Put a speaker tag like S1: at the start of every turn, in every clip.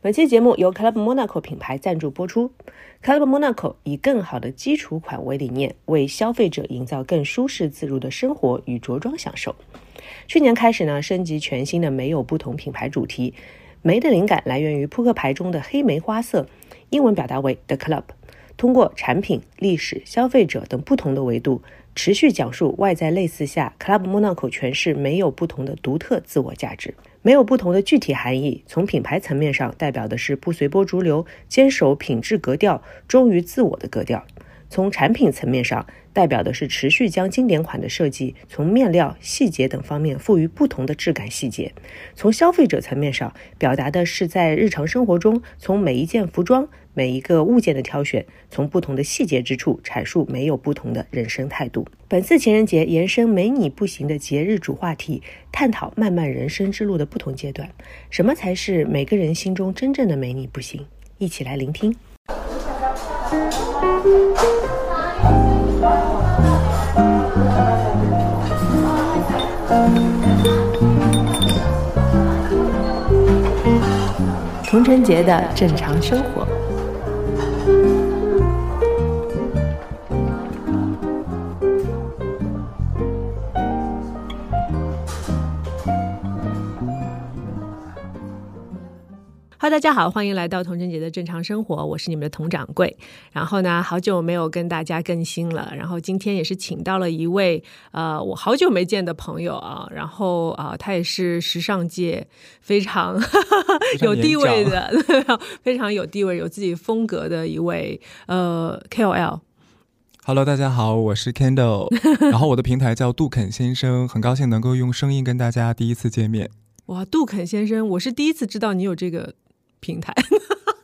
S1: 本期节目由 Club Monaco 品牌赞助播出。Club Monaco 以更好的基础款为理念，为消费者营造更舒适自如的生活与着装享受。去年开始呢，升级全新的梅有不同品牌主题。梅的灵感来源于扑克牌中的黑梅花色，英文表达为 The Club。通过产品、历史、消费者等不同的维度，持续讲述外在类似下，Club Monaco 诠释没有不同的独特自我价值，没有不同的具体含义。从品牌层面上，代表的是不随波逐流、坚守品质格调、忠于自我的格调；从产品层面上，代表的是持续将经典款的设计从面料、细节等方面赋予不同的质感细节；从消费者层面上，表达的是在日常生活中，从每一件服装、每一个物件的挑选，从不同的细节之处阐述没有不同的人生态度。本次情人节延伸“没你不行”的节日主话题，探讨漫漫人生之路的不同阶段，什么才是每个人心中真正的“没你不行”？一起来聆听。童晨杰的正常生活。哈，大家好，欢迎来到童晨杰的正常生活，我是你们的童掌柜。然后呢，好久没有跟大家更新了，然后今天也是请到了一位呃，我好久没见的朋友啊，然后啊、呃他也是时尚界非常 有地位的， 非常有地位、有自己风格的一位呃 KOL。
S2: Hello，大家好，我 是 Candle，然后我的平台叫杜肯先生，很高兴能够用声音跟大家第一次见面。
S1: 哇，杜肯先生，我是第一次知道你有这个平台。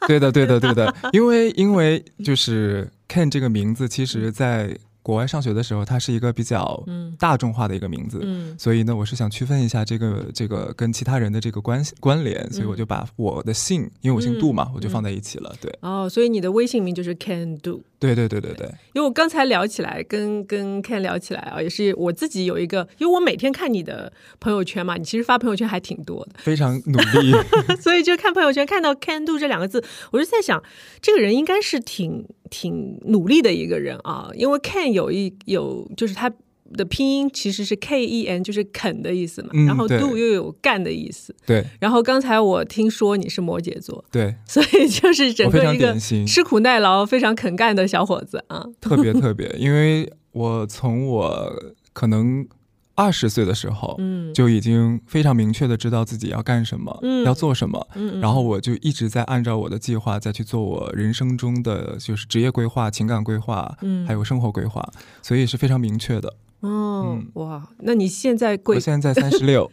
S2: 对的，对的，对的，因为因为就是 Ken 这个名字，其实在国外上学的时候，它是一个比较
S1: 嗯
S2: 大众化的一个名字，
S1: 嗯
S2: 所以呢，我是想区分一下这个这个跟其他人的这个关系关联，所以我就把我的姓，因为我姓杜
S1: 嗯
S2: 嘛，我就放在一起了。对，
S1: 哦，所以你的微信名就是 Can Do。
S2: 对，对，对，对，对，
S1: 因为我刚才聊起来，跟跟 Ken 聊起来啊，也是我自己有一个，因为我每天看你的朋友圈嘛，你其实发朋友圈还挺多的，
S2: 非常努力。
S1: 所以就看朋友圈看到 Can Do 这两个字，我就在想，这个人应该是挺挺努力的一个人啊，因为 Can 有一有就是他的拼音其实是 K E N，就是肯的意思嘛，
S2: 嗯
S1: 然后
S2: 对
S1: Do 又有干的意思，
S2: 对，
S1: 然后刚才我听说你是摩羯座，
S2: 对，
S1: 所以就是整
S2: 我非
S1: 个
S2: 常
S1: 一个
S2: 典型。
S1: 吃苦耐劳、非常肯干的小伙子啊，
S2: 特别特别，因为我从我可能二十岁的时候，
S1: 嗯
S2: 就已经非常明确的知道自己要干什么，
S1: 嗯
S2: 要做什么，
S1: 嗯嗯
S2: 然后我就一直在按照我的计划再去做我人生中的就是职业规划、情感规划，
S1: 嗯
S2: 还有生活规划，所以是非常明确的。
S1: 哦，
S2: 嗯
S1: 哇，那你现在贵
S2: 我现在三十 六，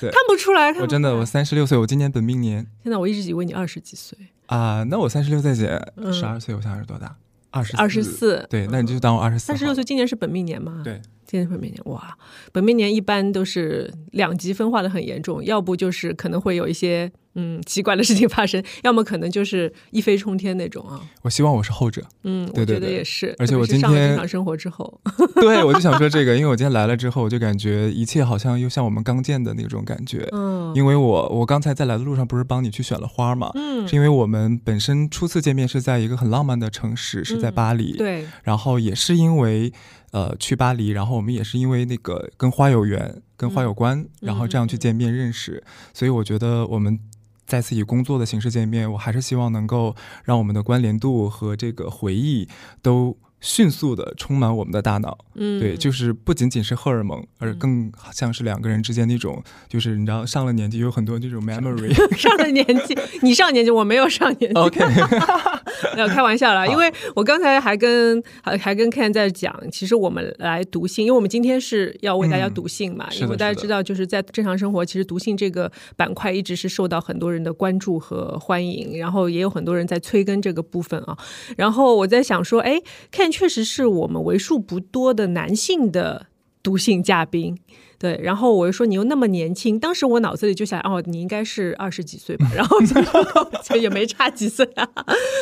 S1: 看不出来，看不
S2: 我真的我三十六岁，我今年本命年
S1: 现在我一直以为你二十几岁，
S2: 啊，那我三十六再减
S1: 嗯
S2: 十二岁，我想是多大？二十
S1: 二十，四，
S2: 对，那你就当我二十四，
S1: 三十六岁，今年是本命年吗？
S2: 对，
S1: 今年是本命年，哇，本命年一般都是两极分化的很严重，要不就是可能会有一些嗯奇怪的事情发生，要么可能就是一飞冲天那种啊，
S2: 我希望我是后者。
S1: 嗯，
S2: 对对
S1: 我觉得
S2: 对
S1: 也是，
S2: 而且
S1: 特别
S2: 我
S1: 是
S2: 今
S1: 上了
S2: 天
S1: 职场生活之 后，
S2: 对，我就想说这个，因为我今天来了之后，我就感觉一切好像又像我们刚见的那种感觉。
S1: 嗯
S2: 因为我我刚才在来的路上不是帮你去选了花嘛，
S1: 嗯
S2: 是，因为我们本身初次见面是在一个很浪漫的城市，是在
S1: 嗯
S2: 巴黎。，
S1: 对，
S2: 然后也是因为呃去巴黎，然后我们也是因为那个跟花有缘，跟花有关，然后这样去见面认识，所以我觉得我们。再次以工作的形式见面，我还是希望能够让我们的关联度和这个回忆都迅速的充满我们的大脑。
S1: 嗯，
S2: 对，就是不仅仅是荷尔蒙，而更像是两个人之间那种，就是你知道上了年纪有很多这种 memory。
S1: 上了年纪，你上年纪，我没有上年纪。
S2: OK，
S1: 没有开玩笑啦，因为我刚才还跟还还跟 Ken 在讲，其实我们来读信，因为我们今天是要为大家
S2: 嗯
S1: 读信嘛，
S2: 是的
S1: 因为大家
S2: 是的
S1: 知道，就是在正常生活，其实读信这个板块一直是受到很多人的关注和欢迎，然后也有很多人在催更这个部分啊。然后我在想说，哎，Ken 确实是我们为数不多的男性的。
S3: 毒性嘉宾。对，然后我又说你又那么年轻，当时我脑子里就想，哦，你应该是二十几岁吧，然后 就也没差几岁啊。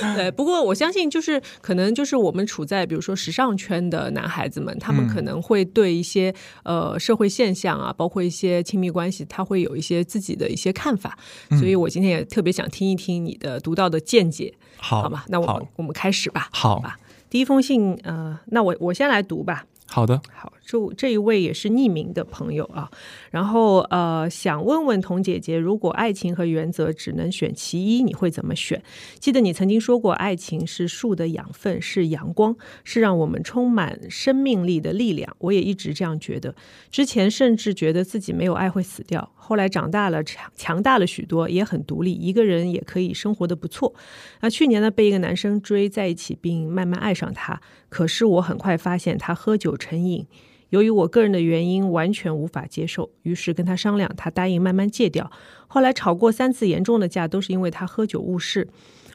S2: 嗯
S3: 对，不过我相信就是可能就是我们处在比如说时尚圈的男孩子们，他
S2: 嗯
S3: 们可能会对一些、呃社会现象啊，包括一些亲密关系，他会有一些自己的一些看法。所以
S2: 嗯
S3: 我今天也特别想听一听你的独到的见解，
S2: 好，
S3: 好吧？那我们
S2: 好
S3: 我们开始吧。
S2: 好
S3: 吧，第一封信，呃，那我我先来读吧。
S2: 好的，
S3: 好，这这一位也是匿名的朋友啊。然后呃，想问问童姐姐，如果爱情和原则只能选其一，你会怎么选？记得你曾经说过，爱情是树的养分，是阳光，是让我们充满生命力的力量。我也一直这样觉得。之前甚至觉得自己没有爱会死掉，后来长大了，强强大了许多，也很独立，一个人也可以生活的不错。那去年呢，被一个男生追在一起，并慢慢爱上他。可是我很快发现他喝酒成瘾，由于我个人的原因，完全无法接受。于是跟他商量，他答应慢慢戒掉。后来吵过三次严重的架，都是因为他喝酒误事。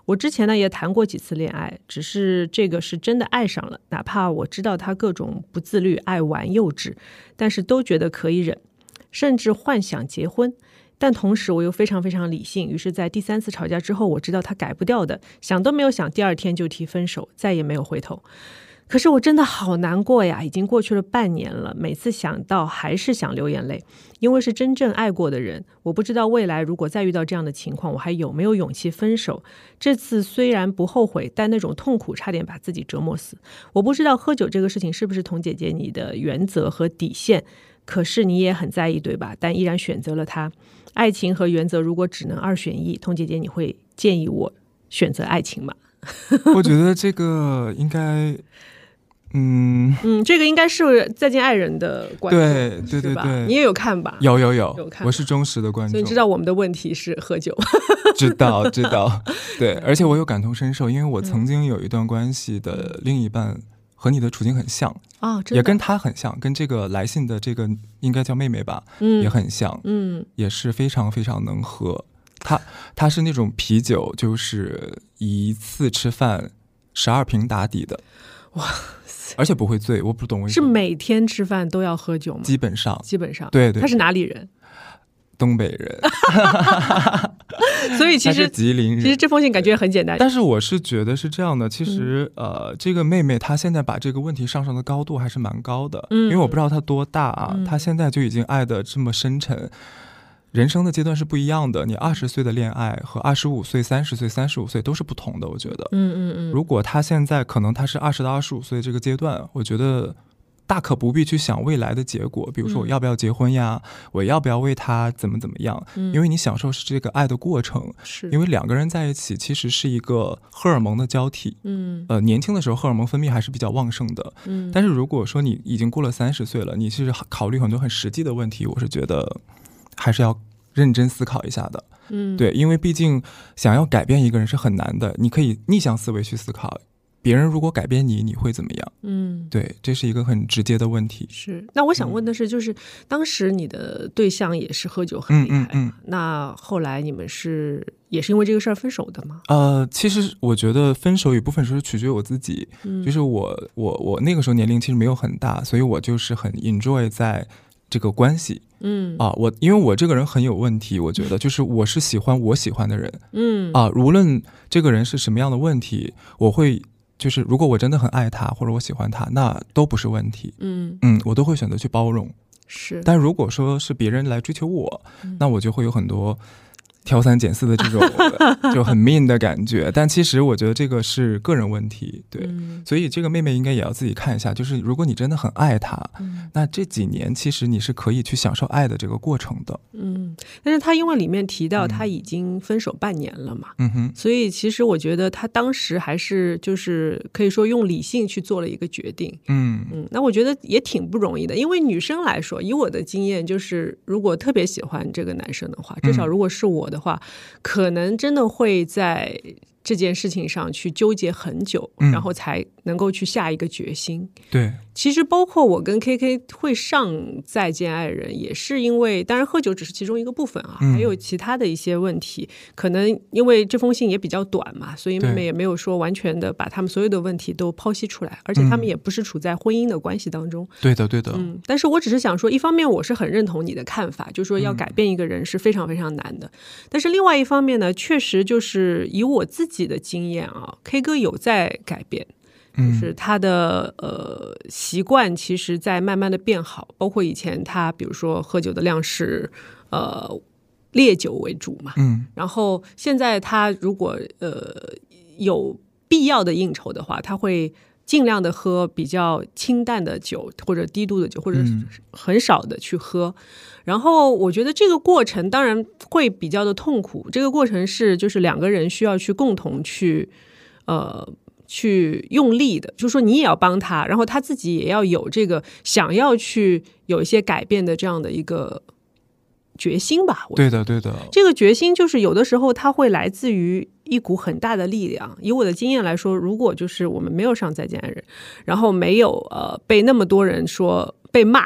S3: 我之前呢也谈过几次恋爱，只是这个是真的爱上了，哪怕我知道他各种不自律、爱玩、幼稚，但是都觉得可以忍，甚至幻想结婚。但同时我又非常非常理性，于是，在第三次吵架之后，我知道他改不掉的，想都没有想，第二天就提分手，再也没有回头。可是我真的好难过呀，已经过去了半年了，每次想到还是想流眼泪，因为是真正爱过的人。我不知道未来如果再遇到这样的情况，我还有没有勇气分手。这次虽然不后悔，但那种痛苦差点把自己折磨死。我不知道喝酒这个事情是不是童姐姐你的原则和底线，可是你也很在意，对吧？但依然选择了他。爱情和原则如果只能二选一，童姐姐你会建议我选择爱情吗？
S2: 我觉得这个应该，嗯，
S3: 嗯，这个应该是《再见爱人》的观众，
S2: 对对
S3: 是
S2: 对
S3: 吧
S2: 对，
S3: 你也有看吧？
S2: 有有有
S3: 有看到
S2: 我是忠实的观
S3: 所
S2: 众，
S3: 以你知道我们的问题是喝酒，
S2: 知道知道， 对，而且我有感同身受，因为我
S3: 嗯
S2: 曾经有一段关系的另一半和你的处境很像，
S3: 啊，
S2: 也跟他很像，跟这个来信的这个应该叫妹妹吧，也
S3: 嗯
S2: 很像，
S3: 嗯
S2: 也是非常非常能喝。他他是那种啤酒，就是一次吃饭十二瓶打底的，哇而且不会醉，我不懂为
S3: 是
S2: 什么，
S3: 每天吃饭都要喝酒吗？
S2: 基本上
S3: 基本上，
S2: 对对
S3: 他是哪里 人？
S2: 东北人，
S3: 所以
S2: 他
S3: 其
S2: 是
S3: 实
S2: 吉林人，
S3: 其实这封信感觉很简单，
S2: 但是我是觉得是这样的，
S3: 嗯
S2: 其实、呃，这个妹妹她现在把这个问题上升的高度还是蛮高的，
S3: 嗯
S2: 因为我不知道她多大啊，
S3: 嗯
S2: 她现在就已经爱的这么深沉。人生的阶段是不一样的，你二十岁的恋爱和二十五岁、三十岁、三十五岁都是不同的。我觉得，
S3: 嗯嗯嗯，
S2: 如果她现在可能她是二十到二十五岁这个阶段，我觉得大可不必去想未来的结果，比如说我
S3: 嗯
S2: 要不要结婚呀，我要不要为她怎么怎么样，
S3: 嗯
S2: 因为你享受是这个爱的过程，
S3: 是
S2: 因为两个人在一起其实是一个荷尔蒙的交替。
S3: 嗯
S2: 呃，年轻的时候荷尔蒙分泌还是比较旺盛的，
S3: 嗯，
S2: 但是如果说你已经过了三十岁了，你是考虑很多很实际的问题，我是觉得还是要认真思考一下的。
S3: 嗯
S2: 对，因为毕竟想要改变一个人是很难的，你可以逆向思维去思考，别人如果改变你，你会怎么样？
S3: 嗯。
S2: 对，这是一个很直接的问题。
S3: 是，那我想问的是，就是当时你的对象也是喝酒很厉害嘛，
S2: 嗯嗯嗯
S3: 那后来你们是也是因为这个事儿分手的吗？
S2: 呃，其实我觉得分手与不分手是取决于我自己，
S3: 嗯，
S2: 就是我我我那个时候年龄其实没有很大，所以我就是很 enjoy 在这个关系
S3: 嗯
S2: 啊。我因为我这个人很有问题，我 觉得就是我是喜欢我喜欢的人
S3: 嗯
S2: 啊，无论这个人是什么样的问题，我会就是如果我真的很爱他或者我喜欢他，那都不是问题。
S3: 嗯
S2: 嗯，我都会选择去包容。
S3: 是，
S2: 但如果说是别人来追求我，
S3: 嗯
S2: 那我就会有很多挑三拣四的 这种就很 mean 的感觉。但其实我觉得这个是个人问题，对。
S3: 嗯
S2: 所以这个妹妹应该也要自己看一下，就是如果你真的很爱她，
S3: 嗯
S2: 那这几年其实你是可以去享受爱的这个过程的。
S3: 嗯，但是他因为里面提到
S2: 嗯
S3: 他已经分手半年了嘛，
S2: 嗯哼，
S3: 所以其实我觉得他当时还是就是可以说用理性去做了一个决定。
S2: 嗯
S3: 嗯，那我觉得也挺不容易的，因为女生来说，以我的经验，就是如果特别喜欢这个男生的话，至少如果是我的话，可能真的会在这件事情上去纠结很久，
S2: 嗯
S3: 然后才能够去下一个决心。
S2: 对，
S3: 其实包括我跟 KK 会上《再见爱人》，也是因为，当然喝酒只是其中一个部分啊，
S2: 嗯
S3: 还有其他的一些问题。可能因为这封信也比较短嘛，所以妹
S2: 对
S3: 妹也没有说完全的把他们所有的问题都剖析出来，而且他
S2: 嗯
S3: 们也不是处在婚姻的关系当中。
S2: 对的，对的，
S3: 嗯，但是我只是想说，一方面我是很认同你的看法，就是说
S2: 嗯
S3: 要改变一个人是非常非常难的。但是另外一方面呢，确实就是以我自己的经验啊，K 哥有在改变，就
S2: 嗯，
S3: 是他的呃习惯，其实在慢慢的变好。包括以前他，比如说喝酒的量是呃烈酒为主嘛，
S2: 嗯，
S3: 然后现在他如果呃有必要的应酬的话，他会尽量的喝比较清淡的酒或者低度的酒，或者
S2: 嗯
S3: 很少的去喝。然后我觉得这个过程当然会比较的痛苦，这个过程是就是两个人需要去共同去呃。去用力的，就是说你也要帮他，然后他自己也要有这个想要去有一些改变的这样的一个决心吧。我觉得
S2: 对的，对的，
S3: 这个决心就是有的时候它会来自于一股很大的力量。以我的经验来说，如果就是我们没有上《再见爱人》，然后没有呃被那么多人说被骂。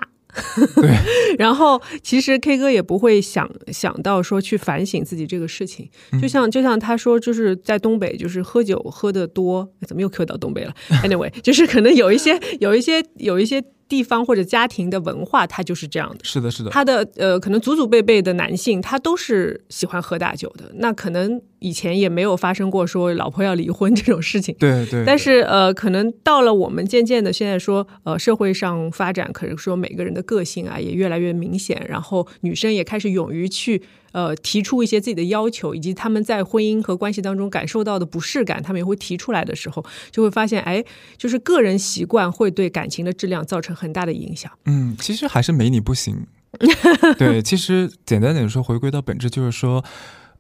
S3: 然后，其实 K 哥也不会想想到说去反省自己这个事情，就像就像他说，就是在东北，就是喝酒喝的多，哎怎么又 Q 到东北了？Anyway，就是可能有一些有一些有一些地方或者家庭的文化，它就是这样的。
S2: 是的，是的，
S3: 他的呃，可能祖祖辈辈的男性，他都是喜欢喝大酒的。那可能以前也没有发生过说老婆要离婚这种事情。
S2: 对对，
S3: 但
S2: 对
S3: 是呃，可能到了我们渐渐的现在说，呃，社会上发展，可能说每个人的个性啊也越来越明显，然后女生也开始勇于去呃提出一些自己的要求，以及她们在婚姻和关系当中感受到的不适感，她们也会提出来的时候，就会发现，哎，就是个人习惯会对感情的质量造成很大的影响。
S2: 嗯，其实还是没你不行。 对，其实简单点说，回归到本质就是说，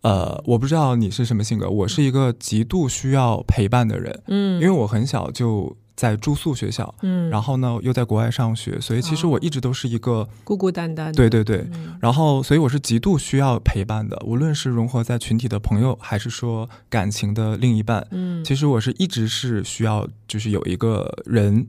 S2: 呃，我不知道你是什么性格，我是一个极度需要陪伴的人，
S3: 嗯
S2: 因为我很小就在住宿学校，
S3: 嗯，哦
S2: 然后呢又在国外上学，所以其实我一直都是一个，
S3: 孤孤单单的。
S2: 对对对，
S3: 嗯
S2: 然后所以我是极度需要陪伴的，无论是融合在群体的朋友，还是说感情的另一半，
S3: 嗯
S2: 其实我是一直是需要，就是有一个人，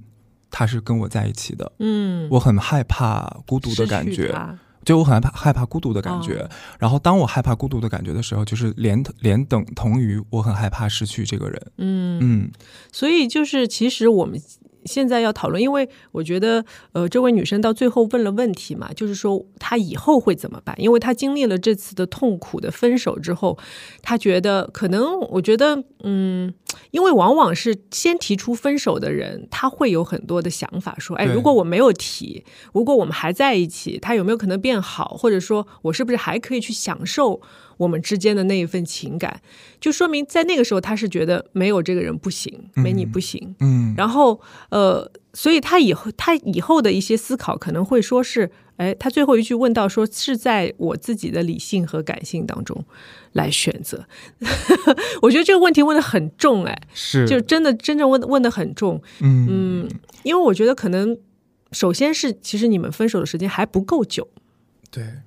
S2: 他是跟我在一起的。
S3: 嗯，
S2: 我很害怕孤独的感
S3: 失去
S2: 觉，
S3: 它
S2: 就我很害怕害怕孤独的感觉。
S3: 哦
S2: 然后当我害怕孤独的感觉的时候，就是连连等同于我很害怕失去这个人。
S3: 嗯，
S2: 嗯
S3: 所以就是其实我们。现在要讨论，因为我觉得，呃，这位女生到最后问了问题嘛，就是说她以后会怎么办？因为她经历了这次的痛苦的分手之后，她觉得可能，我觉得，嗯，因为往往是先提出分手的人，他会有很多的想法，说，哎，
S2: 对
S3: 如果我没有提，如果我们还在一起，他有没有可能变好？或者说我是不是还可以去享受我们之间的那一份情感？就说明在那个时候，他是觉得没有这个人不行，没你不行。
S2: 嗯，
S3: 然后呃，所以他以后他以后的一些思考可能会说是，哎，他最后一句问到说是在我自己的理性和感性当中来选择。 我觉得这个问题问的很重，哎，
S2: 是
S3: 就真的真正问问的很重，
S2: 嗯
S3: 嗯，因为我觉得可能首先是其实你们分手的时间还不够久。
S2: 对嗯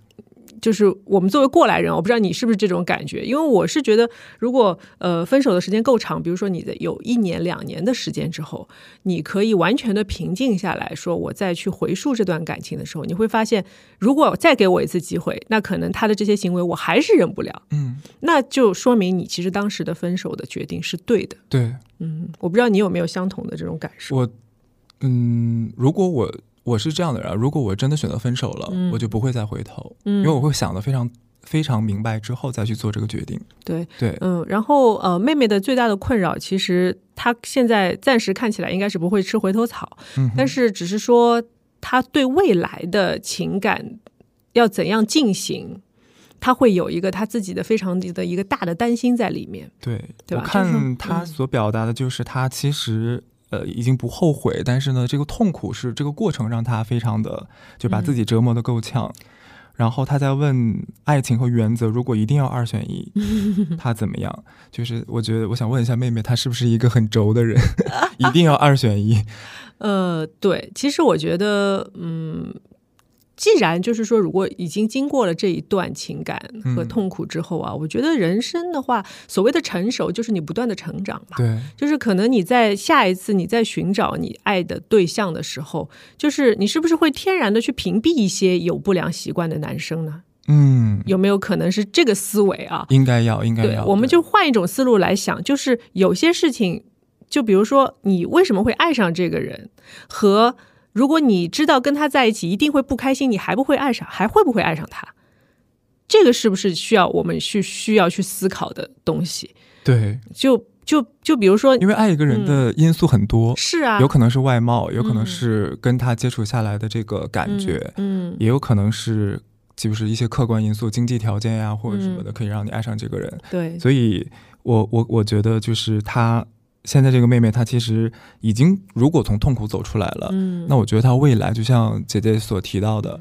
S3: 就是我们作为过来人，我不知道你是不是这种感觉，因为我是觉得，如果呃分手的时间够长，比如说你的有一年两年的时间之后，你可以完全的平静下来，说我再去回溯这段感情的时候，你会发现，如果再给我一次机会，那可能他的这些行为我还是忍不了，
S2: 嗯
S3: 那就说明你其实当时的分手的决定是对的。
S2: 对
S3: 嗯，我不知道你有没有相同的这种感受。
S2: 我嗯，如果我我是这样的人啊，如果我真的选择分手了，
S3: 嗯
S2: 我就不会再回头，
S3: 嗯
S2: 因为我会想的非常非常明白之后再去做这个决定。
S3: 对，
S2: 对，
S3: 嗯，然后呃，妹妹的最大的困扰，其实她现在暂时看起来应该是不会吃回头草，
S2: 嗯哼
S3: 但是只是说她对未来的情感要怎样进行，她会有一个她自己的非常的一个大的担心在里面。
S2: 对，
S3: 对
S2: 我
S3: 吧就是
S2: 看他
S3: 嗯
S2: 所表达的就是他其实。呃，已经不后悔，但是呢，这个痛苦是这个过程让他非常的就把
S3: 嗯
S2: 自己折磨的够呛。然后他在问爱情和原则，如果一定要二选 一，他怎么样？就是我觉得我想问一下妹妹，她是不是一个很轴 的人，一定要二选一？
S3: 呃，对，其实我觉得，嗯，既然就是说，如果已经经过了这一段情感
S2: 嗯
S3: 和痛苦之后啊，我觉得人生的话，所谓的成熟就是你不断的成长嘛。
S2: 对，
S3: 就是可能你在下一次你在寻找你爱的对象的时候，就是你是不是会天然的去屏蔽一些有不良习惯的男生呢？
S2: 嗯，
S3: 有没有可能是这个思维啊？
S2: 应该要，应该
S3: 对
S2: 要，，
S3: 我们就换一种思路来想，就是有些事情，就比如说你为什么会爱上这个人，和如果你知道跟他在一起一定会不开心，你还不会爱上，还会不会爱上他？这个是不是需要我们去需要去思考的东西？
S2: 对，
S3: 就就就比如说
S2: 因，为爱一个人的因素很多，
S3: 嗯是啊，
S2: 有可能是外貌，有可能
S3: 嗯
S2: 是跟他接触下来的这个感觉，
S3: 嗯，嗯
S2: 也有可能是就是一些客观因素，经济条件呀或者什么
S3: 嗯
S2: 的，可以让你爱上这个人。
S3: 对，
S2: 所以我我我觉得就是她现在这个妹妹，她其实已经如果从痛苦走出来了，
S3: 嗯，
S2: 那我觉得她未来就像姐姐所提到的。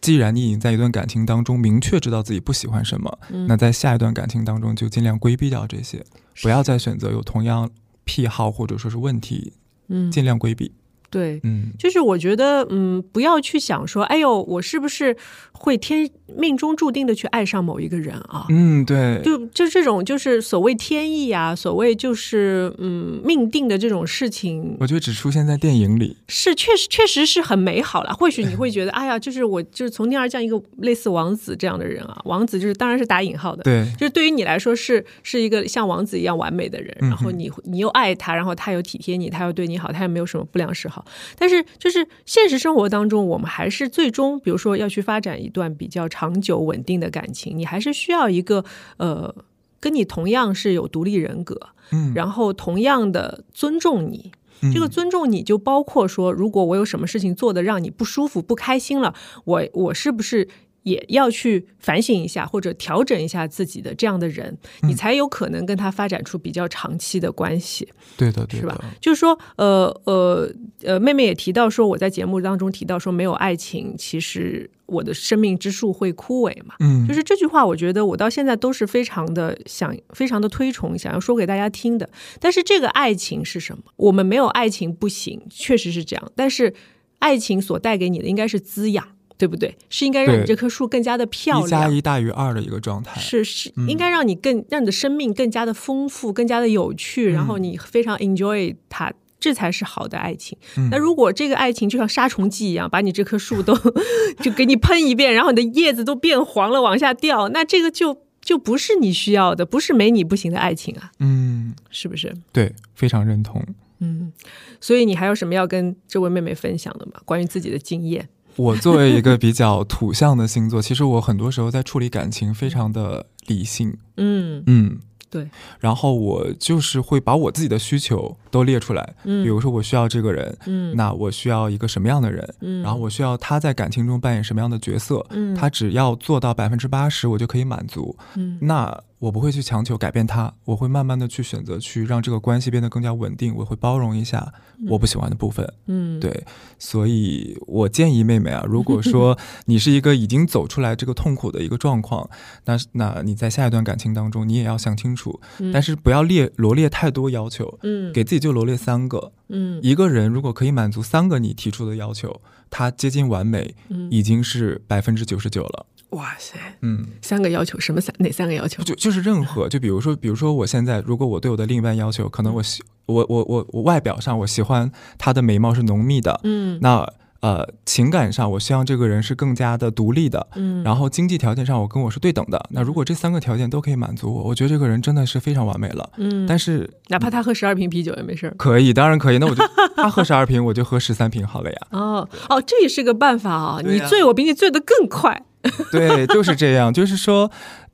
S2: 既然你已经在一段感情当中明确知道自己不喜欢什么，
S3: 嗯
S2: 那在下一段感情当中就尽量规避掉这些，不要再选择有同样癖好或者说是问题，
S3: 嗯，
S2: 尽量规避。
S3: 对，
S2: 嗯，
S3: 就是我觉得，嗯，不要去想说，哎呦，我是不是会天命中注定的去爱上某一个人啊？
S2: 嗯，对，
S3: 就就这种，就是所谓天意啊，所谓就是嗯命定的这种事情，
S2: 我觉得只出现在电影里。
S3: 是确实确实是很美好了。或许你会觉得，哎呀，就是我就是从天而降一个类似王子这样的人啊，王子就是当然是打引号的，
S2: 对，
S3: 就是对于你来说是是一个像王子一样完美的人，
S2: 嗯哼
S3: 然后你你又爱他，然后他又体贴你，他又对你好，他也没有什么不良嗜好。但是就是现实生活当中，我们还是最终，比如说要去发展一段比较长久稳定的感情，你还是需要一个呃。跟你同样是有独立人格，
S2: 嗯，
S3: 然后同样的尊重你。
S2: 嗯
S3: 这个尊重你就包括说，如果我有什么事情做的让你不舒服、不开心了，我我是不是也要去反省一下，或者调整一下自己的这样的人，你才有可能跟他发展出比较长期的关系。
S2: 对的，对
S3: 是吧
S2: 的，？
S3: 就是说，呃呃呃，妹妹也提到说，我在节目当中提到说，没有爱情，其实我的生命之树会枯萎嘛。
S2: 嗯，
S3: 就是这句话，我觉得我到现在都是非常的想，非常的推崇，想要说给大家听的。但是这个爱情是什么？我们没有爱情不行，确实是这样。但是爱情所带给你的应该是滋养，对不对？是应该让你
S2: 对
S3: 这棵树更加的漂
S2: 一加
S3: 亮。
S2: 一嗯大于二的一个状态。
S3: 是是，应该让你更让你的生命更加的丰富，更加的有趣，然
S2: 嗯
S3: 后你非常 enjoy 它，这才是好的爱情。
S2: 嗯
S3: 那如果这个爱情就像杀虫剂一样，把你这棵树都 就给你喷一遍，然后你的叶子都变黄了，往下掉，那这个就就不是你需要的，不是没你不行的爱情啊，
S2: 嗯，
S3: 是不是？
S2: 对，非常认同。
S3: 嗯，所以你还有什么要跟这位妹妹分享的吗？关于自己的经验？
S2: 我作为一个比较土象的星座，其实我很多时候在处理感情非常的理性。
S3: 嗯
S2: 嗯，
S3: 对。
S2: 然后我就是会把我自己的需求都列出来，比如说我需要这个人，
S3: 嗯
S2: 那我需要一个什么样的人，
S3: 嗯
S2: 然后我需要他在感情中扮演什么样的角色，
S3: 嗯
S2: 他只要做到百分之八十，我就可以满足。
S3: 嗯
S2: 那我不会去强求改变他，我会慢慢的去选择去让这个关系变得更加稳定，我会包容一下我不喜欢的部分。
S3: 嗯，
S2: 对，所以我建议妹妹啊，如 果说你是一个已经走出来这个痛苦的一个状况，那那你在下一段感情当中，你也要想清楚，但是不要列罗列太多要求，
S3: 嗯
S2: 给自己就罗列三个。
S3: 嗯
S2: 一个人如果可以满足三个你提出的要求，他接近完美，
S3: 嗯
S2: 已经是百分之九十九了。
S3: 哇塞，
S2: 嗯，
S3: 三个要求，什么三哪三个要求？
S2: 就就是任何，就比如说，比如说我现在，如果我对我的另一半要求，可能我喜我我我我外表上我喜欢她的眉毛是浓密的，
S3: 嗯
S2: 那呃情感上我希望这个人是更加的独立的，
S3: 嗯，
S2: 然后经济条件上我跟我是对等的。那如果这三个条件都可以满足我，我觉得这个人真的是非常完美了。
S3: 嗯，
S2: 但是
S3: 哪怕他喝十二瓶啤酒也没事儿。
S2: 可以，当然可以，那我就他喝十二瓶，我就喝十三瓶好了呀。
S3: 哦哦，这也是个办法啊！
S2: 对
S3: 你
S2: 呀
S3: 醉我比你醉得更快。
S2: 对，就是这样，就是说，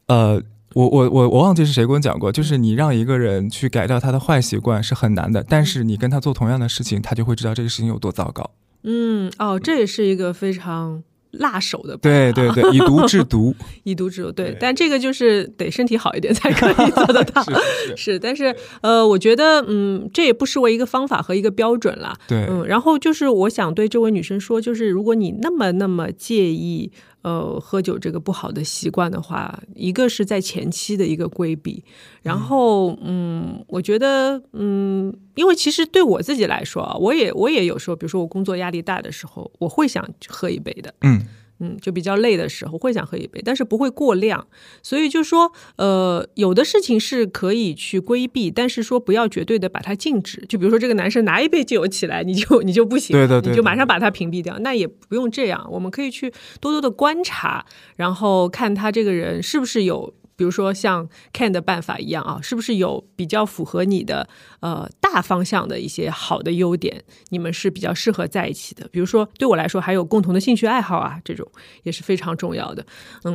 S2: 呃。我我我我忘记是谁跟我讲过，就是你让一个人去改掉他的坏习惯是很难的，但是你跟他做同样的事情，他就会知道这个事情有多糟糕。
S3: 嗯，哦，这也是一个非常辣手的
S2: 对对对，以毒制 毒，
S3: 以毒制毒。对
S2: 对，
S3: 但这个就是得身体好一点才可以做得到。
S2: 是是是，
S3: 是，但是呃，我觉得嗯，这也不失为一个方法和一个标准啦。嗯
S2: 对，
S3: 嗯，然后就是我想对这位女生说，就是如果你那么那么介意呃喝酒这个不好的习惯的话，一个是在前期的一个规避，然后嗯，我觉得嗯，因为其实对我自己来说啊，我也我也有时候，比如说我工作压力大的时候，我会想喝一杯的，
S2: 嗯
S3: 嗯，就比较累的时候会想喝一杯，但是不会过量。所以就说，呃，有的事情是可以去规避，但是说不要绝对的把它禁止。就比如说这个男生拿一杯酒起来，你就你就不行，
S2: 对的
S3: 你
S2: 对的
S3: 就马上把它屏蔽掉。那也不用这样，我们可以去多多的观察，然后看他这个人是不是有。比如说像 Ken 的办法一样啊，是不是有比较符合你的呃大方向的一些好的优点？你们是比较适合在一起的。比如说对我来说，还有共同的兴趣爱好啊，这种也是非常重要的。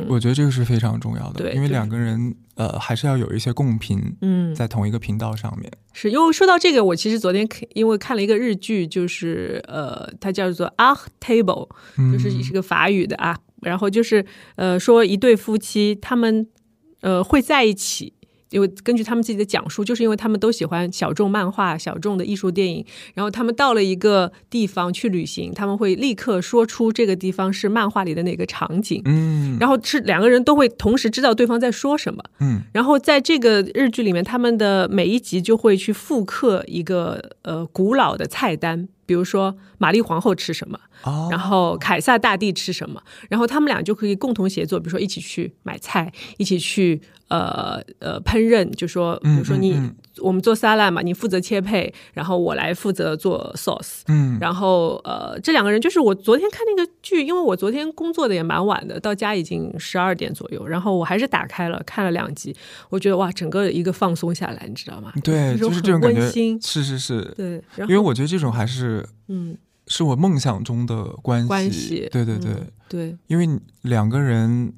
S2: 我觉得这个是非常重要
S3: 对
S2: 的，因为
S3: 对
S2: 两个人呃还是要有一些共频，
S3: 嗯，
S2: 在同一个频道上面。
S3: 是因为说到这个，我其实昨天看因为看了一个日剧，就是呃，它叫做《a r Table》，就是
S2: 嗯
S3: 是个法语的啊。然后就是呃，说一对夫妻他们呃会在一起。因为根据他们自己的讲述，就是因为他们都喜欢小众漫画、小众的艺术电影，然后他们到了一个地方去旅行，他们会立刻说出这个地方是漫画里的哪个场景，
S2: 嗯
S3: 然后是两个人都会同时知道对方在说什么，
S2: 嗯
S3: 然后在这个日剧里面，他们的每一集就会去复刻一个呃古老的菜单，比如说玛丽皇后吃什么，
S2: 啊
S3: 然后凯撒大帝吃什么，然后他们俩就可以共同协作，比如说一起去买菜，一起去呃呃烹饪，就说比如说
S2: 嗯嗯
S3: 你、
S2: 嗯
S3: 我们做沙拉嘛，你负责切配，然后我来负责做 sauce，
S2: 嗯
S3: 然后呃，这两个人就是我昨天看那个剧，因为我昨天工作的也蛮晚的，到家已经十二点左右，然后我还是打开了看了两集，我觉得哇，整个一个放松下来，你知道吗？
S2: 对，
S3: 一种
S2: 就是这种感
S3: 很
S2: 觉
S3: 温馨，
S2: 是是是，
S3: 对，然后
S2: 因为我觉得这种还是
S3: 嗯，
S2: 是我梦想中的关系，
S3: 关系
S2: 对对对，
S3: 嗯对，
S2: 因为你两个人，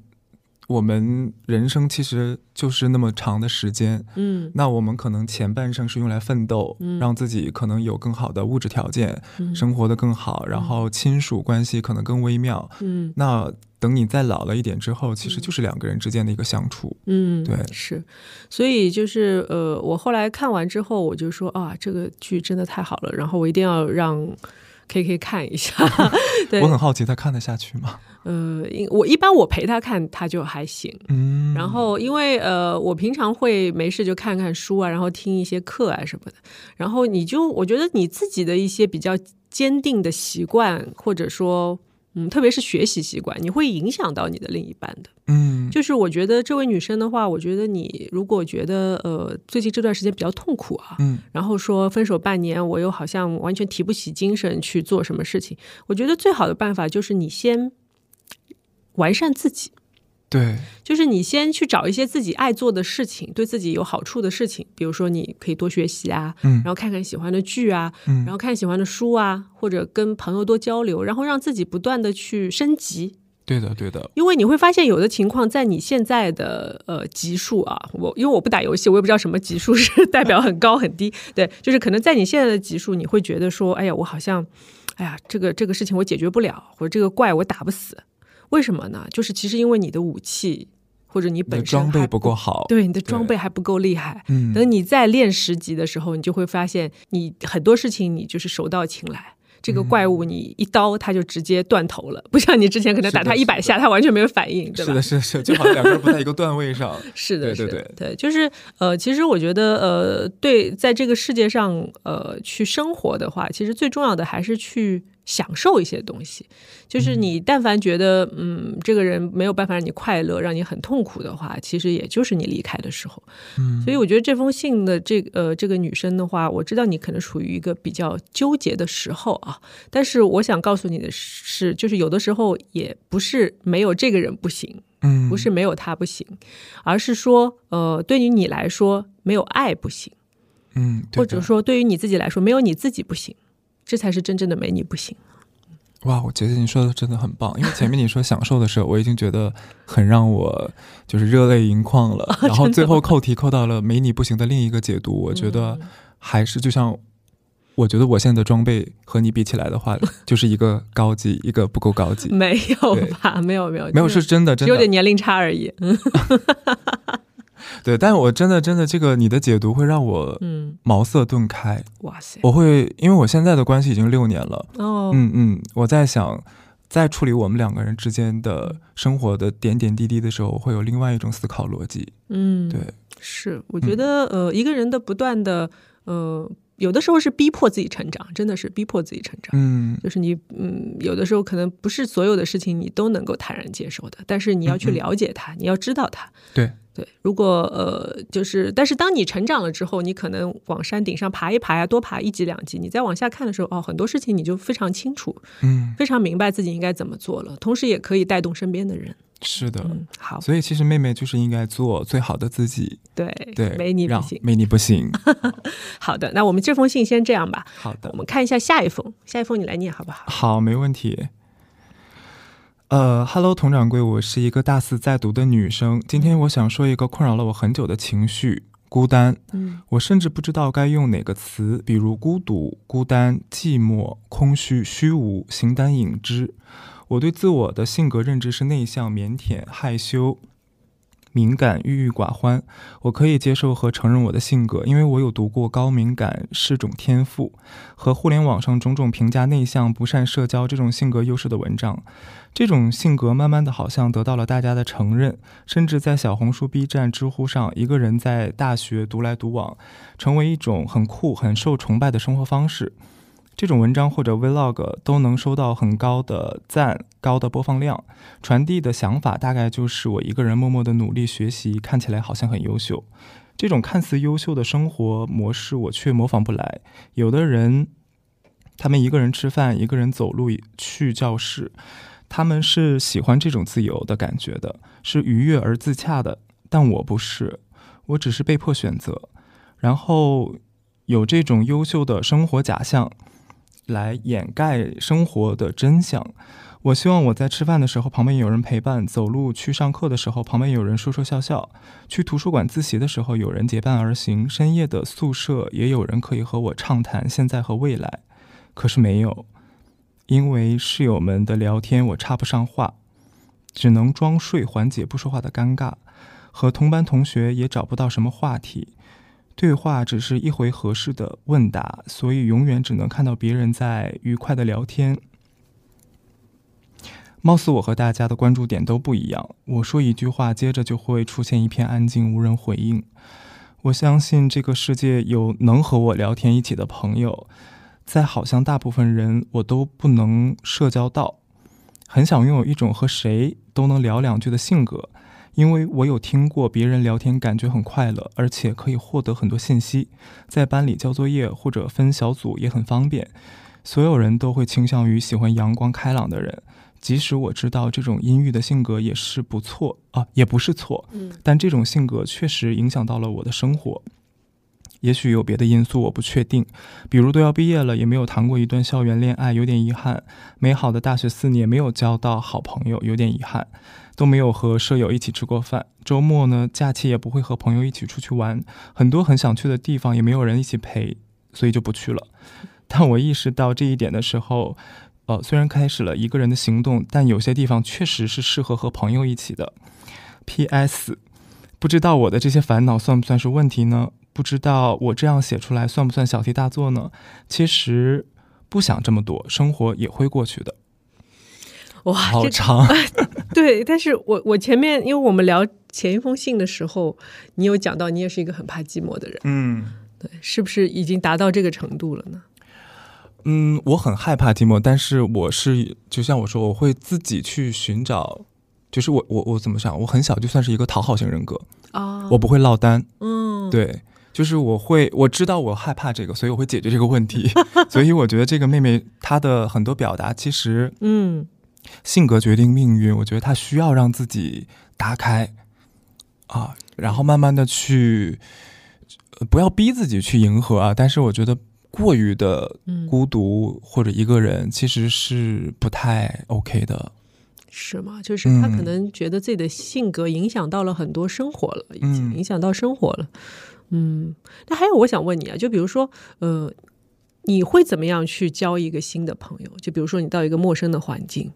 S2: 我们人生其实就是那么长的时间，
S3: 嗯
S2: 那我们可能前半生是用来奋斗，
S3: 嗯
S2: 让自己可能有更好的物质条件，
S3: 嗯
S2: 生活的更好，然后亲属关系可能更微妙。
S3: 嗯
S2: 那等你再老了一点之后，其实就是两个人之间的一个相处。
S3: 嗯，
S2: 对
S3: 是，所以就是呃，我后来看完之后，我就说啊，这个剧真的太好了，然后我一定要让 K K 看一下， 对
S2: 我，很好奇，他看得下去吗？
S3: 呃，因我一般我陪他看，他就还行。
S2: 嗯，
S3: 然后因为呃，我平常会没事就看看书啊，然后听一些课啊什么的。然后你就我觉得你自己的一些比较坚定的习惯，或者说嗯，特别是学习习惯，你会影响到你的另一半的。
S2: 嗯，
S3: 就是我觉得这位女生的话，我觉得你如果觉得呃最近这段时间比较痛苦啊，
S2: 嗯
S3: 然后说分手半年，我又好像完全提不起精神去做什么事情，我觉得最好的办法就是你先完善自己。
S2: 对，
S3: 就是你先去找一些自己爱做的事情，对自己有好处的事情，比如说你可以多学习啊，
S2: 嗯
S3: 然后看看喜欢的剧啊，
S2: 嗯
S3: 然后看喜欢的书啊，或者跟朋友多交流，然后让自己不断的去升级。
S2: 对的，对的，
S3: 因为你会发现，有的情况在你现在的呃级数啊，我因为我不打游戏，我也不知道什么级数是代表很高很低。对，就是可能在你现在的级数，你会觉得说，哎呀，我好像，哎呀，这个这个事情我解决不了，或者这个怪我打不死，为什么呢？就是其实因为你的武器或者你
S2: 你的
S3: 本身
S2: 装备
S3: 还
S2: 不够好。，
S3: 对你的装
S2: 对
S3: 备还不够厉害。
S2: 嗯，
S3: 等你再练十级的时候，你就会发现，你很多事情你就是手到擒来。这
S2: 嗯
S3: 个怪物你一刀它就直接断头了，不像你之前可能打它
S2: 是的
S3: 一百下，它完全没有反应，对
S2: 是
S3: 吧
S2: 的，？是的，是的，就好像两个人不在一个段位上。
S3: 是的，
S2: 对
S3: 是
S2: 对
S3: 的，对，就是呃，其实我觉得呃，对，在这个世界上呃去生活的话，其实最重要的还是去享受一些东西。就是
S2: 嗯
S3: 你但凡觉得嗯，这个人没有办法让你快乐，让你很痛苦的话，其实也就是你离开的时候。
S2: 嗯，
S3: 所以我觉得这封信的这个呃这个女生的话，我知道你可能处于一个比较纠结的时候啊，但是我想告诉你的是，就是有的时候也不是没有这个人不行。
S2: 嗯，
S3: 不是没有他不行，而是说，呃，对于你来说没有爱不行，
S2: 嗯，对
S3: 或
S2: 的
S3: 者说对于你自己来说没有你自己不行，这才是真正的没你不行。
S2: 哇，我觉得你说的真的很棒，因为前面你说享受的时候，我已经觉得很让我就是热泪盈眶了。
S3: 哦
S2: 然后最后扣题扣到了没你不行的另一个解读，我觉得
S3: 嗯
S2: 还是就像，我觉得我现在的装备和你比起来的话， 就是一个高级，一个不够高级。
S3: 没有
S2: 对
S3: 吧？没有没有
S2: 没有
S3: 真
S2: 是
S3: 的
S2: 真的，真
S3: 只嗯有点
S2: 的
S3: 年龄差而已。嗯
S2: 对，但我真的真的这个你的解读会让我
S3: 嗯，
S2: 茅塞顿开，
S3: 哇塞，
S2: 嗯我会因为我现在的关系已经六年了，
S3: 哦，
S2: 嗯嗯，我在想，在处理我们两个人之间的生活的点点滴滴的时候，我会有另外一种思考逻辑。
S3: 嗯，
S2: 对，
S3: 是，我
S2: 嗯
S3: 觉得、呃，一个人的不断的呃，有的时候是逼迫自己成长，真的是逼迫自己成长。
S2: 嗯，
S3: 就是你，嗯，有的时候可能不是所有的事情你都能够坦然接受的，但是你要去
S2: 嗯嗯
S3: 了解它，你要知道它。
S2: 对，
S3: 对，如果呃，就是，但是当你成长了之后，你可能往山顶上爬一爬呀、多爬一级两级，你再往下看的时候，哦，很多事情你就非常清楚，
S2: 嗯，
S3: 非常明白自己应该怎么做了，同时也可以带动身边的人。
S2: 是的。
S3: 嗯，好，
S2: 所以其实妹妹就是应该做最好的 自己，
S3: 对
S2: 对，
S3: 没你不
S2: 让
S3: 行。
S2: 没你 不行。
S3: 好的，那我们这封信先这样吧，
S2: 好的
S3: 我，们看一下下一封，下一封你来念好不好？
S2: 好，没问题。呃，Hello，佟掌柜，我是一个大四在读的女生。今天我想说一个困扰了我很久的情绪——孤单。
S3: 嗯
S2: 我甚至不知道该用哪个词，比如孤独、孤单、寂寞、空虚、虚无、形单影只。我对自我的性格认知是内向、腼腆、害羞、敏感、郁郁寡欢。我可以接受和承认我的性格，因为我有读过《高敏感是种天赋》和互联网上种种评价内向、不善社交这种性格优势的文章。这种性格慢慢的好像得到了大家的承认，甚至在小红书、B 站、知乎上，一个人在大学独来独往，成为一种很酷、很受崇拜的生活方式。这种文章或者 vlog 都能收到很高的赞、高的播放量，传递的想法大概就是我一个人默默的努力学习，看起来好像很优秀。这种看似优秀的生活模式，我却模仿不来。有的人，他们一个人吃饭，一个人走路去教室，他们是喜欢这种自由的感觉的，是愉悦而自洽的。但我不是，我只是被迫选择，然后有这种优秀的生活假象来掩盖生活的真相。我希望我在吃饭的时候旁边有人陪伴，走路去上课的时候旁边有人说说笑笑，去图书馆自习的时候有人结伴而行，深夜的宿舍也有人可以和我畅谈现在和未来。可是没有，因为室友们的聊天我插不上话，只能装睡缓解不说话的尴尬。和同班同学也找不到什么话题，对话只是一回合式的问答，所以永远只能看到别人在愉快的聊天。貌似我和大家的关注点都不一样，我说一句话，接着就会出现一片安静，无人回应。我相信这个世界有能和我聊天一起的朋友，在好像大部分人我都不能社交到。很想拥有一种和谁都能聊两句的性格，因为我有听过别人聊天，感觉很快乐，而且可以获得很多信息，在班里交作业或者分小组也很方便。所有人都会倾向于喜欢阳光开朗的人，即使我知道这种阴郁的性格也是不错啊，也不是错，
S3: 嗯
S2: 但这种性格确实影响到了我的生活。也许有别的因素，我不确定，比如都要毕业了，也没有谈过一段校园恋爱，有点遗憾；美好的大学四年没有交到好朋友，有点遗憾；都没有和舍友一起吃过饭，周末呢，假期也不会和朋友一起出去玩，很多很想去的地方也没有人一起陪，所以就不去了。但我意识到这一点的时候，呃，虽然开始了一个人的行动，但有些地方确实是适合和朋友一起的。P.S. 不知道我的这些烦恼算不算是问题呢？不知道我这样写出来算不算小题大做呢？其实不想这么多，生活也会过去的。
S3: 哇，
S2: 好
S3: 啊这
S2: 长，
S3: 对，但是我我前面因为我们聊前一封信的时候，你有讲到你也是一个很怕寂寞的人，
S2: 嗯
S3: 对，是不是已经达到这个程度了呢？
S2: 嗯，我很害怕寂寞，但是我是就像我说，我会自己去寻找。就是我我我怎么想？我很小就算是一个讨好型人格，
S3: 啊
S2: 我不会落单。
S3: 嗯，
S2: 对，就是我会我知道我害怕这个，所以我会解决这个问题。 所以我觉得这个妹妹她的很多表达，其实
S3: 嗯，
S2: 性格决定命运，我觉得她需要让自己打开啊，然后慢慢的去，呃不要逼自己去迎合啊。但是我觉得过于的
S3: 嗯
S2: 孤独或者一个人，其实是不太 OK 的。
S3: 是吗？就是他可
S2: 嗯
S3: 能觉得自己的性格影响到了很多生活了，已经
S2: 嗯
S3: 影响到生活了。嗯，那还有我想问你啊，就比如说，呃，你会怎么样去交一个新的朋友？就比如说你到一个陌生的环境，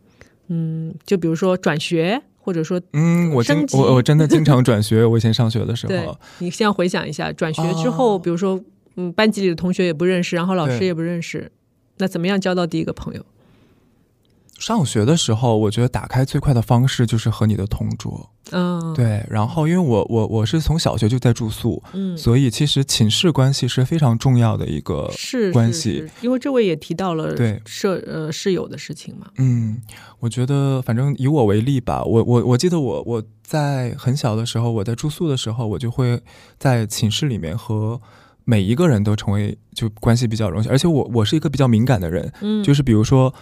S3: 嗯，就比如说转学，或者说
S2: 嗯，我经
S3: 升级
S2: 我我真的经常 转学，我以前上学的时
S3: 对
S2: 候，
S3: 你现在回想一下，转学之后，
S2: 哦
S3: 比如说，嗯，班级里的同学也不认识，然后老师
S2: 对
S3: 也不认识，那怎么样交到第一个朋友？
S2: 上学的时候，我觉得打开最快的方式就是和你的同桌。
S3: 嗯，，
S2: 对，然后因为我我我是从小学就在住宿，
S3: 嗯，
S2: 所以其实寝室关系是非常重要的一个
S3: 是
S2: 关
S3: 是
S2: 系
S3: 是因为这位也提到了
S2: 对
S3: 舍呃室友的事情嘛，
S2: 嗯，我觉得反正以我为例吧，我我我记得我我在很小的时候，我在住宿的时候，我就会在寝室里面和每一个人都成为就关系比较融洽，而且我我是一个比较敏感的人，
S3: 嗯，
S2: 就是比如说。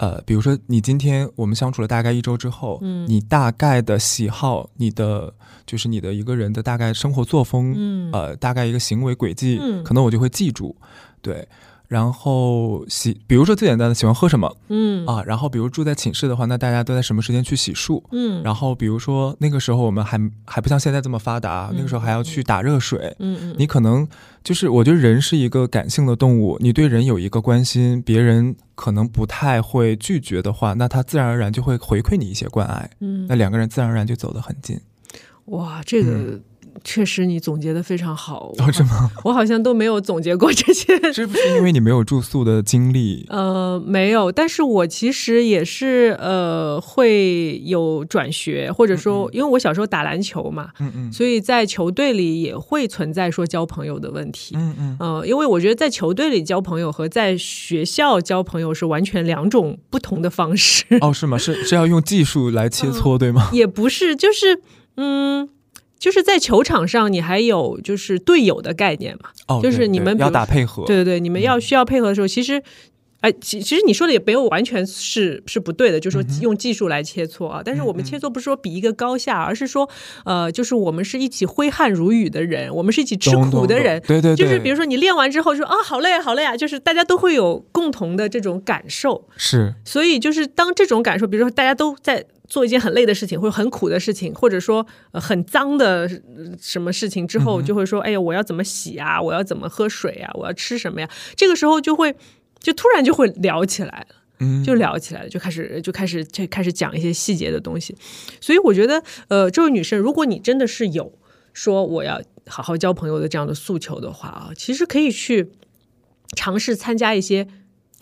S2: 呃，比如说你今天我们相处了大概一周之后，
S3: 嗯
S2: 你大概的喜好，你的就是你的一个人的大概生活作风，
S3: 嗯
S2: 呃，大概一个行为轨迹，
S3: 嗯
S2: 可能我就会记住，对。然后喜，比如说最简单的喜欢喝什么，
S3: 嗯
S2: 啊，然后比如住在寝室的话，那大家都在什么时间去洗漱？
S3: 嗯，
S2: 然后比如说那个时候我们还还不像现在这么发达，那个时候还要去打热水。
S3: 嗯嗯，
S2: 你可能就是，我觉得人是一个感性的动物，你对人有一个关心，别人可能不太会拒绝的话，那他自然而然就会回馈你一些关爱，
S3: 嗯
S2: 那两个人自然而然就走得很近。
S3: 哇，这个确实你总结的非常好，
S2: 嗯哦， 是 吗？
S3: 我好像都没有总结过这些
S2: 是不是因为你没有住宿的经历？
S3: 呃，没有，但是我其实也是呃，会有转学，或者说，因为我小时候打篮球嘛，
S2: 嗯嗯
S3: 所以在球队里也会存在说交朋友的问题。
S2: 嗯嗯
S3: 呃，因为我觉得在球队里交朋友和在学校交朋友是完全两种不同的方式，
S2: 哦，是吗？是是要用技术来
S3: 嗯
S2: 切磋，对吗？
S3: 也不是，就是嗯，就是在球场上你还有就是队友的概念嘛，
S2: 哦，
S3: 就是
S2: 对
S3: 你
S2: 对
S3: 们比
S2: 要
S3: 如
S2: 打配合，
S3: 对对对，你们要需要配合的时候，其实，哎，其其实你说的也没有完全是是不对的，就是说用技术来切磋啊。但是我们切磋不是说比一个高下，而是说，呃，就是我们是一起挥汗如雨的人，我们是一起吃
S2: 懂
S3: 苦
S2: 懂
S3: 的
S2: 懂
S3: 人。
S2: 对对对，
S3: 就是比如说你练完之后说啊好累啊好累啊，就是大家都会有共同的这种感受，
S2: 是
S3: 所以就是当这种感受，比如说大家都在做一件很累的事情，或者很苦的事情，或者说、呃、很脏的呃什么事情之
S2: 嗯
S3: 后，就会说：“哎呀，我要怎么洗啊？我要怎么喝水啊？我要吃什么呀？”这个时候就会。就突然就会聊起来了，
S2: 嗯，
S3: 就聊起来了，就开始就开始就开始讲一些细节的东西，所以我觉得，呃，这位女生，如果你真的是有说我要好好交朋友的这样的诉求的话啊，其实可以去尝试参加一些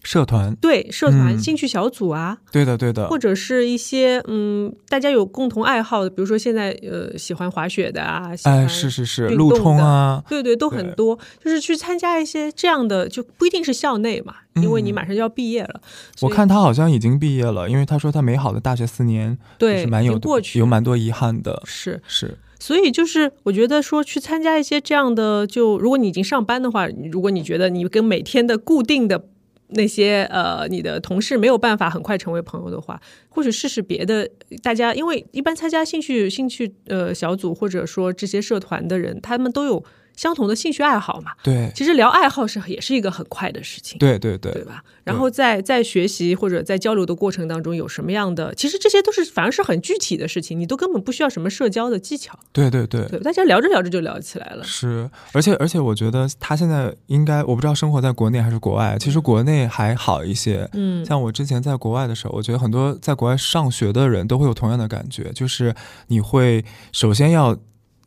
S2: 社团，
S3: 对社团、
S2: 嗯
S3: 兴趣小组啊，
S2: 对的对的，
S3: 或者是一些嗯，大家有共同爱好的，比如说现在呃喜欢滑雪的啊，喜欢
S2: 哎，是是是，
S3: 运
S2: 路
S3: 动
S2: 冲
S3: 的
S2: 啊，
S3: 对对，都很
S2: 对
S3: 多，就是去参加一些这样的，就不一定是校内嘛，因为你马上就要毕业了。所
S2: 嗯我
S3: 以
S2: 看他好像已经毕业了，因为他说他美好的大学四年就
S3: 对，
S2: 是蛮
S3: 已
S2: 有
S3: 经过去
S2: 有蛮多遗憾的，
S3: 是，
S2: 是
S3: 所以就是我觉得说去参加一些这样的，就如果你已经上班的话，如果你觉得你跟每天的固定的。那些呃，你的同事没有办法很快成为朋友的话，或许试试别的。大家因为一般参加兴趣兴趣呃小组或者说这些社团的人，他们都有相同的兴趣爱好嘛。
S2: 对
S3: 其实聊爱好是也是一个很快的事情。
S2: 对对对
S3: 对吧？然后在在学习或者在交流的过程当中，有什么样的？其实这些都是反而是很具体的事情，你都根本不需要什么社交的技巧。
S2: 对对对
S3: 对，大家聊着聊着就聊起来了。
S2: 是，而且而且我觉得他现在应该，我不知道生活在国内还是国外，其实国内还好一些。
S3: 嗯
S2: 像我之前在国外的时候，我觉得很多在国外上学的人都会有同样的感觉，就是你会首先要。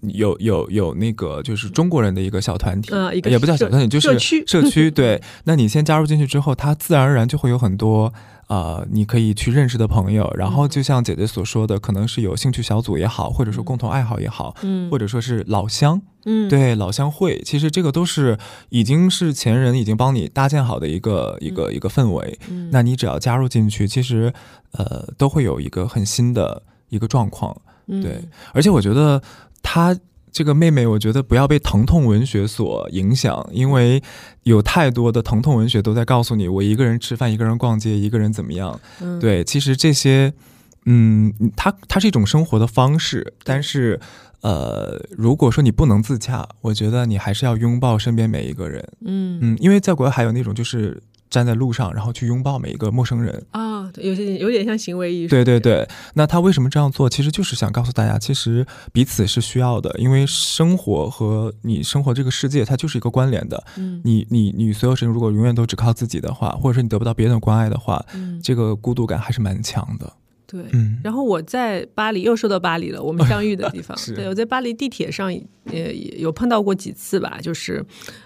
S2: 有有有那个就是中国人的一个小团体，
S3: 嗯一个
S2: 也不叫
S3: 社
S2: 小团体，就是
S3: 社区
S2: 社 区对。那你先加入进去之后，他自然而然就会有很多呃你可以去认识的朋友。然
S3: 嗯
S2: 后就像姐姐所说的，可能是有兴趣小组也好，或者说共同爱好也好，
S3: 嗯
S2: 或者说是老乡，
S3: 嗯，
S2: 对老乡会，其实这个都是已经是前人已经帮你搭建好的一个一个一个氛围。
S3: 嗯
S2: 那你只要加入进去，其实呃都会有一个很新的一个状况。
S3: 嗯
S2: 对，而且我觉得她这个妹妹，我觉得不要被疼痛文学所影响，因为有太多的疼痛文学都在告诉你，我一个人吃饭，一个人逛街，一个人怎么样。
S3: 嗯
S2: 对，其实这些，嗯，它它是一种生活的方式，但是，呃，如果说你不能自洽，我觉得你还是要拥抱身边每一个人，
S3: 嗯
S2: 嗯，因为在国外还有那种就是站在路上，然后去拥抱每一个陌生人。
S3: 啊，对有些有点像行为艺术。
S2: 对对对，那他为什么这样做？其实就是想告诉大家，其实彼此是需要的，因为生活和你生活这个世界，它就是一个关联的。
S3: 嗯
S2: 你你你所有事情如果永远都只靠自己的话，或者说你得不到别人的关爱的话，
S3: 嗯，
S2: 这个孤独感还是蛮强的。
S3: 对。
S2: 嗯，
S3: 然后我在巴黎又说到巴黎了，我们相遇的地方
S2: 是。
S3: 对，我在巴黎地铁上呃也有碰到过几次吧，就是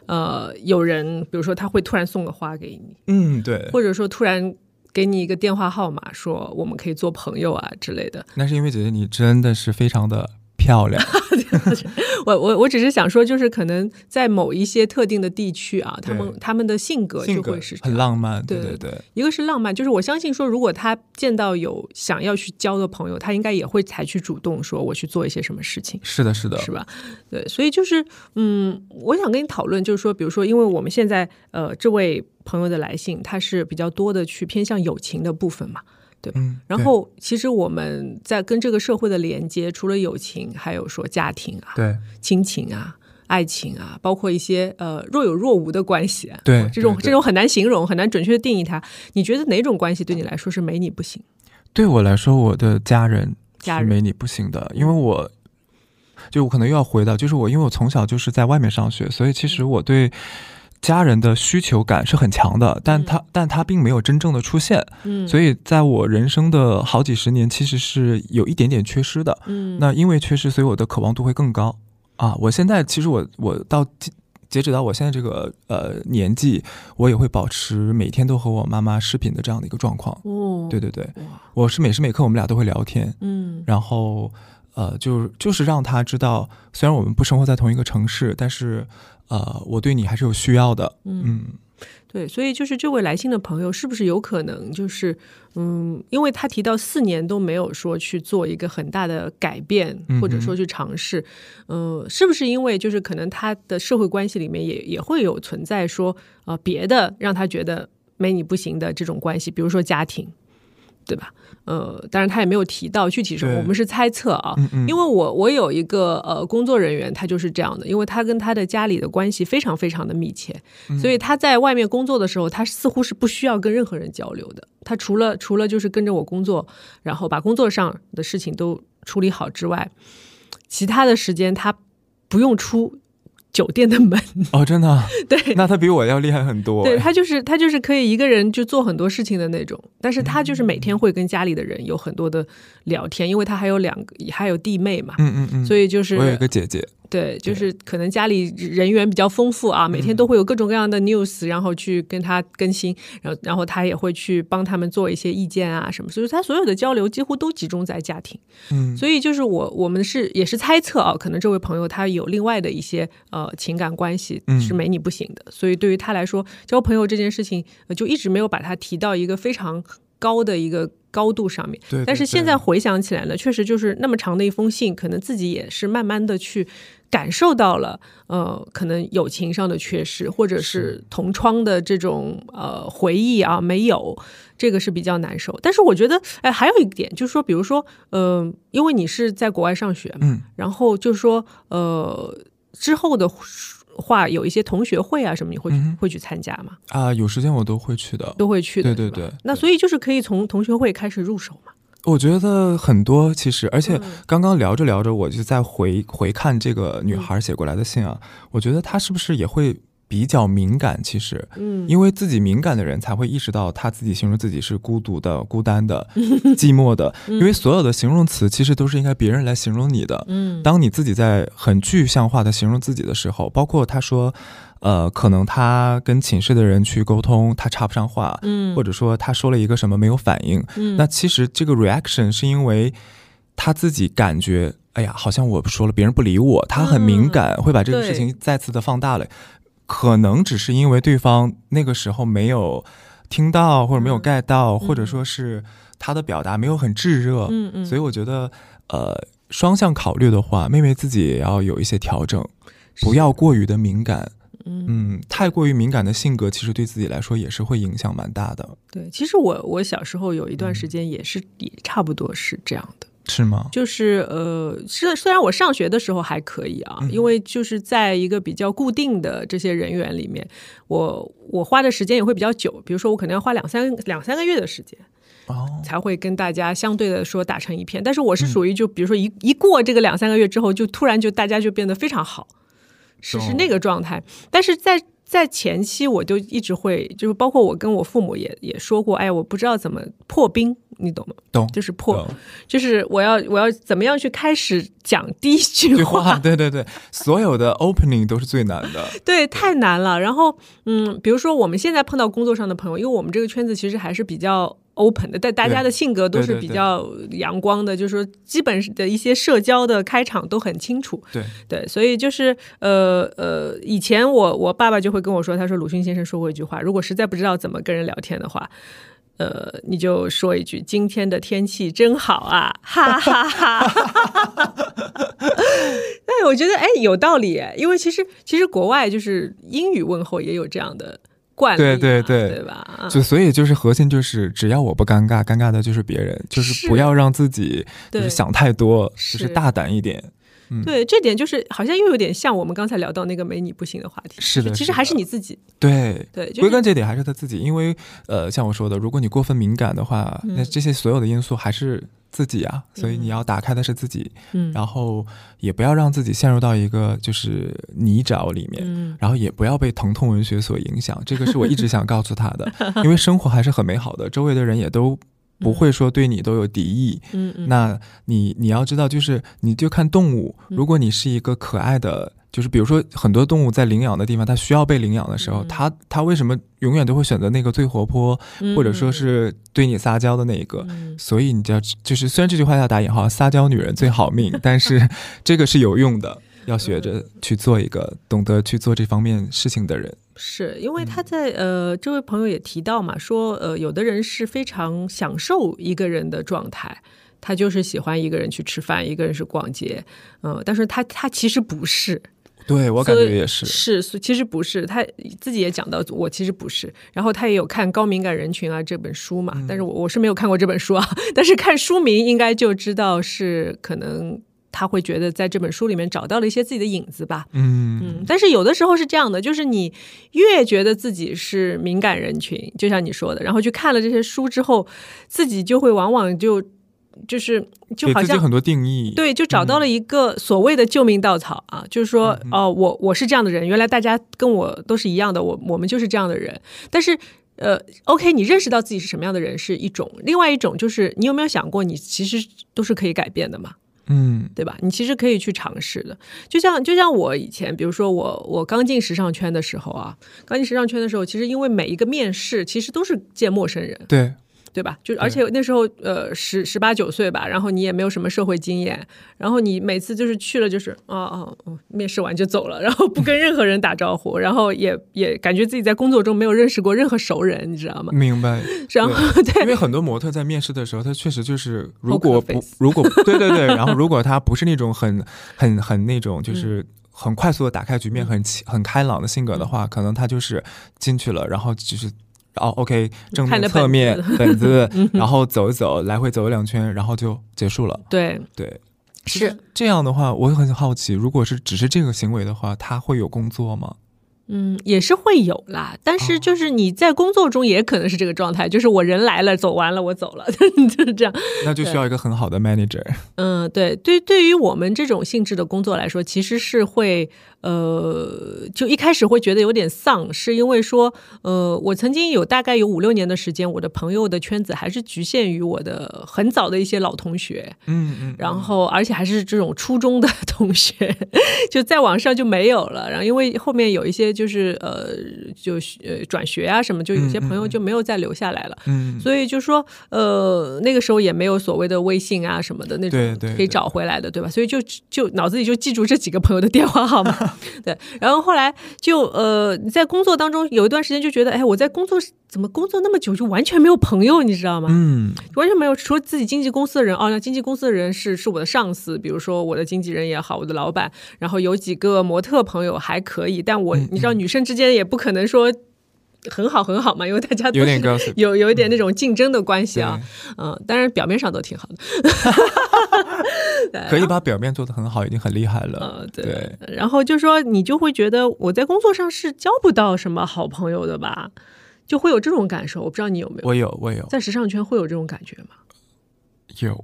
S3: 呃有人，比如说他会突然送个花给你，
S2: 嗯，对，
S3: 或者说突然给你一个电话号码，说我们可以做朋友啊之类的。
S2: 那是因为姐姐你真的是非常的漂亮，
S3: 我我我只是想说，就是可能在某一些特定的地区啊，他们
S2: 对
S3: 他们的性 格
S2: 性
S3: 就
S2: 格
S3: 会是这
S2: 很
S3: 样。
S2: 浪漫，对
S3: 对
S2: 对对，
S3: 一个是浪漫，就是我相信说，如果他见到有想要去交的朋友，他应该也会采取主动说我去做一些什么事情。
S2: 是的，是的，
S3: 是吧？对，所以就是，嗯，我想跟你讨论，就是说，比如说，因为我们现在，呃，这位朋友的来信，他是比较多的去偏向友情的部分嘛。
S2: 嗯，
S3: 然后，其实我们在跟这个社会的连接，除了友情，还有说家庭啊、
S2: 对
S3: 亲情啊、爱情啊，包括一些呃若有若无的关系、啊。
S2: 对
S3: 这种
S2: 对对
S3: 这种很难形容，很难准确的定义它。你觉得哪种关系对你来说是没你不行？
S2: 对我来说，我的家人
S3: 家
S2: 是
S3: 人
S2: 没你不行的，因为我就我可能又要回到，就是我因为我从小就是在外面上学，所以其
S3: 嗯
S2: 实我对家人的需求感是很强的，但他、但他并没有真正的出现，
S3: 嗯
S2: 所以在我人生的好几十年，其实是有一点点缺失的。
S3: 嗯
S2: 那因为缺失，所以我的渴望度会更高啊！我现在其实我我到截截止到我现在这个呃年纪，我也会保持每天都和我妈妈视频的这样的一个状况。
S3: 哦，
S2: 对对对，
S3: 哇，
S2: 我是每时每刻我们俩都会聊天，
S3: 嗯
S2: 然后呃，就就是让他知道，虽然我们不生活在同一个城市，但是呃，我对你还是有需要的。
S3: 嗯。
S2: 嗯，
S3: 对，所以就是这位来信的朋友，是不是有可能就是，嗯，因为他提到四年都没有说去做一个很大的改变，或者说去尝试，嗯、是不是因为就是可能他的社会关系里面也也会有存在说，呃，别的让他觉得没你不行的这种关系，比如说家庭，对吧？呃，当然他也没有提到具体什么，
S2: 对
S3: 我们是猜测啊，
S2: 嗯
S3: 因为我我有一个呃工作人员，他就是这样的，因为他跟他的家里的关系非常非常的密切，
S2: 嗯
S3: 所以他在外面工作的时候，他似乎是不需要跟任何人交流的。他除了除了就是跟着我工作，然后把工作上的事情都处理好之外，其他的时间他不用出酒店的门，
S2: 哦，真的 啊，
S3: 对，
S2: 那他比我要厉害很多。
S3: 对
S2: 哎
S3: 他就是他就是可以一个人就做很多事情的那种，但是他就是每
S2: 嗯
S3: 天会跟家里的人有很多的聊天，因为他还有两个还有弟妹嘛，
S2: 嗯嗯嗯，
S3: 所以就是
S2: 我有一个姐姐，
S3: 对，就是可能家里人员比较丰富啊，每天都会有各种各样的 news，、然后去跟他更新，然后然后他也会去帮他们做一些意见啊什么，所以他所有的交流几乎都集中在家庭。
S2: 嗯，
S3: 所以就是我我们是也是猜测啊，可能这位朋友他有另外的一些呃情感关系
S2: 嗯
S3: 是没你不行的，所以对于他来说，交朋友这件事情、呃就一直没有把它提到一个非常高的一个高度上面。
S2: 对对
S3: 但是现
S2: 对
S3: 在回想起来呢，确实就是那么长的一封信，可能自己也是慢慢的去感受到了，呃，可能友情上的缺失，或者是同窗的这种呃回忆啊，没有，这个是比较难受。但是我觉得，哎，还有一点就是说，比如说，嗯、因为你是在国外上学嘛，
S2: 嗯
S3: 然后就是说，呃，之后的话有一些同学会啊什么，你会去、
S2: 嗯哼
S3: 会去参加吗？
S2: 啊、有时间我都会去的。
S3: 都会去的，
S2: 对对
S3: 是吧
S2: 对
S3: 那所以就是可以从同学会开始入手嘛。
S2: 我觉得很多其实，而且
S3: 嗯
S2: 刚刚聊着聊着，我就在回回看这个女孩写过来的信啊，
S3: 嗯
S2: 我觉得她是不是也会比较敏感？其实，
S3: 嗯，
S2: 因为自己敏感的人才会意识到，她自己形容自己是孤 独的、孤单的、寂寞的，
S3: 嗯
S2: 因为所有的形容词其实都是应该别人来形容你的。
S3: 嗯
S2: 当你自己在很具象化的形容自己的时候，包括她说，呃，可能她跟寝室的人去沟通，她插不上话，
S3: 嗯
S2: 或者说她说了一个什么没有反应，
S3: 嗯
S2: 那其实这个 reaction 是因为他自己感觉，哎呀，好像我说了别人不理我，他很
S3: 嗯
S2: 敏感，会把这个
S3: 对
S2: 事情再次的放大了。可能只是因为对方那个时候没有听到，或者没
S3: 嗯
S2: 有 get 到，或者说是他的表达没有很炙热，
S3: 嗯嗯，
S2: 所以我觉得，呃，双向考虑的话，妹妹自己也要有一些调整，不要过于的敏感。嗯，太过于敏感的性格，其实对自己来说也是会影响蛮大的，
S3: 对，其实我我小时候有一段时间也是、也差不多是这样的，
S2: 是吗？
S3: 就是呃，虽虽然我上学的时候还可以啊，因为就是在一个比较固定的这些人员里面，我我花的时间也会比较久，比如说我可能要花两三两三个月的时间。
S2: 哦，
S3: 才会跟大家相对的说打成一片，但是我是属于就比如说一、一过这个两三个月之后，就突然就大家就变得非常好，是
S2: 懂
S3: 是那个状态。但是在在前期，我就一直会，就是包括我跟我父母也也说过，哎，我不知道怎么破冰，你懂吗？
S2: 懂，
S3: 就是破
S2: 懂，
S3: 就是我要我要怎么样去开始讲第一句
S2: 对
S3: 话
S2: 话，， 对对对，所有的 opening 都是最难的。
S3: 对，太难了。然后，嗯，比如说我们现在碰到工作上的朋友，因为我们这个圈子其实还是比较 open 的，但大家的性格都是
S2: 对对
S3: 比
S2: 对
S3: 较阳光的，就是说基本的一些社交的开场都很清楚。
S2: 对，
S3: 对，所以就是呃呃，以前我我爸爸就会跟我说，他说鲁迅先生说过一句话，如果实在不知道怎么跟人聊天的话。呃，你就说一句“今天的天气真好啊”，哈哈哈。 但我觉得，哎，有道理耶，因为其实其实国外就是英语问候也有这样的惯例嘛、
S2: 对对对
S3: 对吧？啊
S2: 就所以就是核心就是，只要我不尴尬，尴尬的就是别人，就是不
S3: 是
S2: 要让自己就是
S3: 对
S2: 想太多，就是
S3: 是
S2: 大胆一点。
S3: 对，这点就是好像又有点像我们刚才聊到那个没你不行的话题，
S2: 是的
S3: 就其
S2: 是
S3: 实还
S2: 的
S3: 是你自己，
S2: 对，
S3: 对，就
S2: 归根
S3: 是
S2: 结底还是他自己，因为呃，像我说的，如果你过分敏感的话，
S3: 嗯
S2: 那这些所有的因素还是自己啊，所以你要打开的是自己，
S3: 嗯
S2: 然后也不要让自己陷入到一个就是泥沼里面，
S3: 嗯
S2: 然后也不要被疼痛文学所影响，这个是我 一直想告诉他的，因为生活还是很美好的，周围的人也都。不会说对你都有敌意，
S3: 嗯嗯，
S2: 那你你要知道，就是你就看动物，如果你是一个可爱的，就是比如说很多动物在领养的地方，它需要被领养的时
S3: 嗯
S2: 候，它它为什么永远都会选择那个最活泼，
S3: 嗯
S2: 或者说是对你撒娇的那一个？所以你就要就是虽然这句话要打引号，撒娇女人最好命，但是这个是有用的。要学着去做一个懂得去做这方面事情的人，
S3: 是因为他
S2: 嗯
S3: 在呃，这位朋友也提到嘛，说呃，有的人是非常享受一个人的状态。他就是喜欢一个人去吃饭，一个人去逛街，嗯、但是他他其实不是，
S2: 对我感
S3: 所以
S2: 觉也是，
S3: 是，所以其实不是，他自己也讲到，我其实不是。然后他也有看《高敏感人群啊》这本书嘛，但是
S2: 嗯
S3: 我我是没有看过这本书啊，但是看书名应该就知道是可能他会觉得在这本书里面找到了一些自己的影子吧。
S2: 嗯，
S3: 但是有的时候是这样的，就是你越觉得自己是敏感人群，就像你说的，然后去看了这些书之后，自己就会往往就就是就
S2: 给
S3: 好
S2: 自己
S3: 像
S2: 很嗯多定义，
S3: 对，就找到了一个所谓的救命稻草啊，就是说，
S2: 嗯
S3: 哦、我我是这样的人，原来大家跟我都是一样的，我我们就是这样的人。但是，呃，OK，你认识到自己是什么样的人是一种，另外一种就是你有没有想过，你其实都是可以改变的嘛？
S2: 嗯，
S3: 对吧？你其实可以去尝试的。就像就像我以前，比如说我我刚进时尚圈的时候啊，刚进时尚圈的时候，其实因为每一个面试其实都是见陌生人，
S2: 对，
S3: 对吧？就而且那时候呃十十八九岁吧，然后你也没有什么社会经验，然后你每次就是去了就是哦哦哦，面试完就走了，然后不跟任何人打招呼，然后也也感觉自己在工作中没有认识过任何熟人，你知道吗？
S2: 明白。
S3: 然后
S2: 因
S3: 嗯对
S2: 为很多模特在面试的时候，他确实就是如
S3: Poker
S2: 果不
S3: face
S2: 如果对对对，然后如果他不是那种很很很那种
S3: 嗯
S2: 就是很快速的打开局面、很起很开朗的
S3: 嗯
S2: 性格的话，可能他就是进去了，然后就是。哦，OK，正
S3: 看
S2: 面、
S3: 了
S2: 侧
S3: 本嗯
S2: 面、本子，然后走一走，来回走两圈，然后就结束了。
S3: 对
S2: 对，其
S3: 是
S2: 实这样的话，我很好奇，如果是只是这个行为的话，他会有工作吗？
S3: 嗯，也是会有啦，但是就是你在工作中也可能是这个状态，就是我人来了，走完了，我走了， 就是这样。
S2: 那就需要一个很好的 manager。
S3: 嗯，对，对，对于我们这种性质的工作来说，其实是会，呃，就一开始会觉得有点丧，是因为说，呃，我曾经有大概有五六年的时间，我的朋友的圈子还是局限于我的很早的一些老同学，
S2: 嗯嗯，
S3: 然后而且还是这种初中的 同学，就再往上就没有了。然后因为后面有一些就是呃，就呃转学啊什么，就有些朋友就没有再留下来了。
S2: 嗯，
S3: 所以就说，呃，那个时候也没有所谓的微信啊什么的那
S2: 对
S3: 种
S2: 对
S3: 可以找回来的，对吧？所以就就脑子里就记住这几个朋友的电话号码， 对。然后后来就呃，在工作当中有一段时间就觉得，哎，我在工作怎么工作那么久就完全没有朋友，你知道吗？
S2: 嗯，
S3: 完全没有，除了自己经纪公司的人，哦，那经纪公司的人是是我的上司，比如说我的经纪人也好，我的老板，然后有几个模特朋友还可以，但
S2: 嗯
S3: 我、你知道，女生之间也不可能说很好很好嘛， 因为大家都
S2: 有点
S3: 是
S2: gossip。
S3: 有有一点那种竞争的关系
S2: 对
S3: 啊，嗯，当然表面上都挺好的，
S2: 可以把表面做得很好，已经很厉害了。
S3: 呃，
S2: 对
S3: 对，然后就说你就会觉得我在工作上是交不到什么好朋友的吧，就会有这种感受，我不知道你有没有。
S2: 我有，我有，
S3: 在时尚圈会有这种感觉吗？
S2: 有，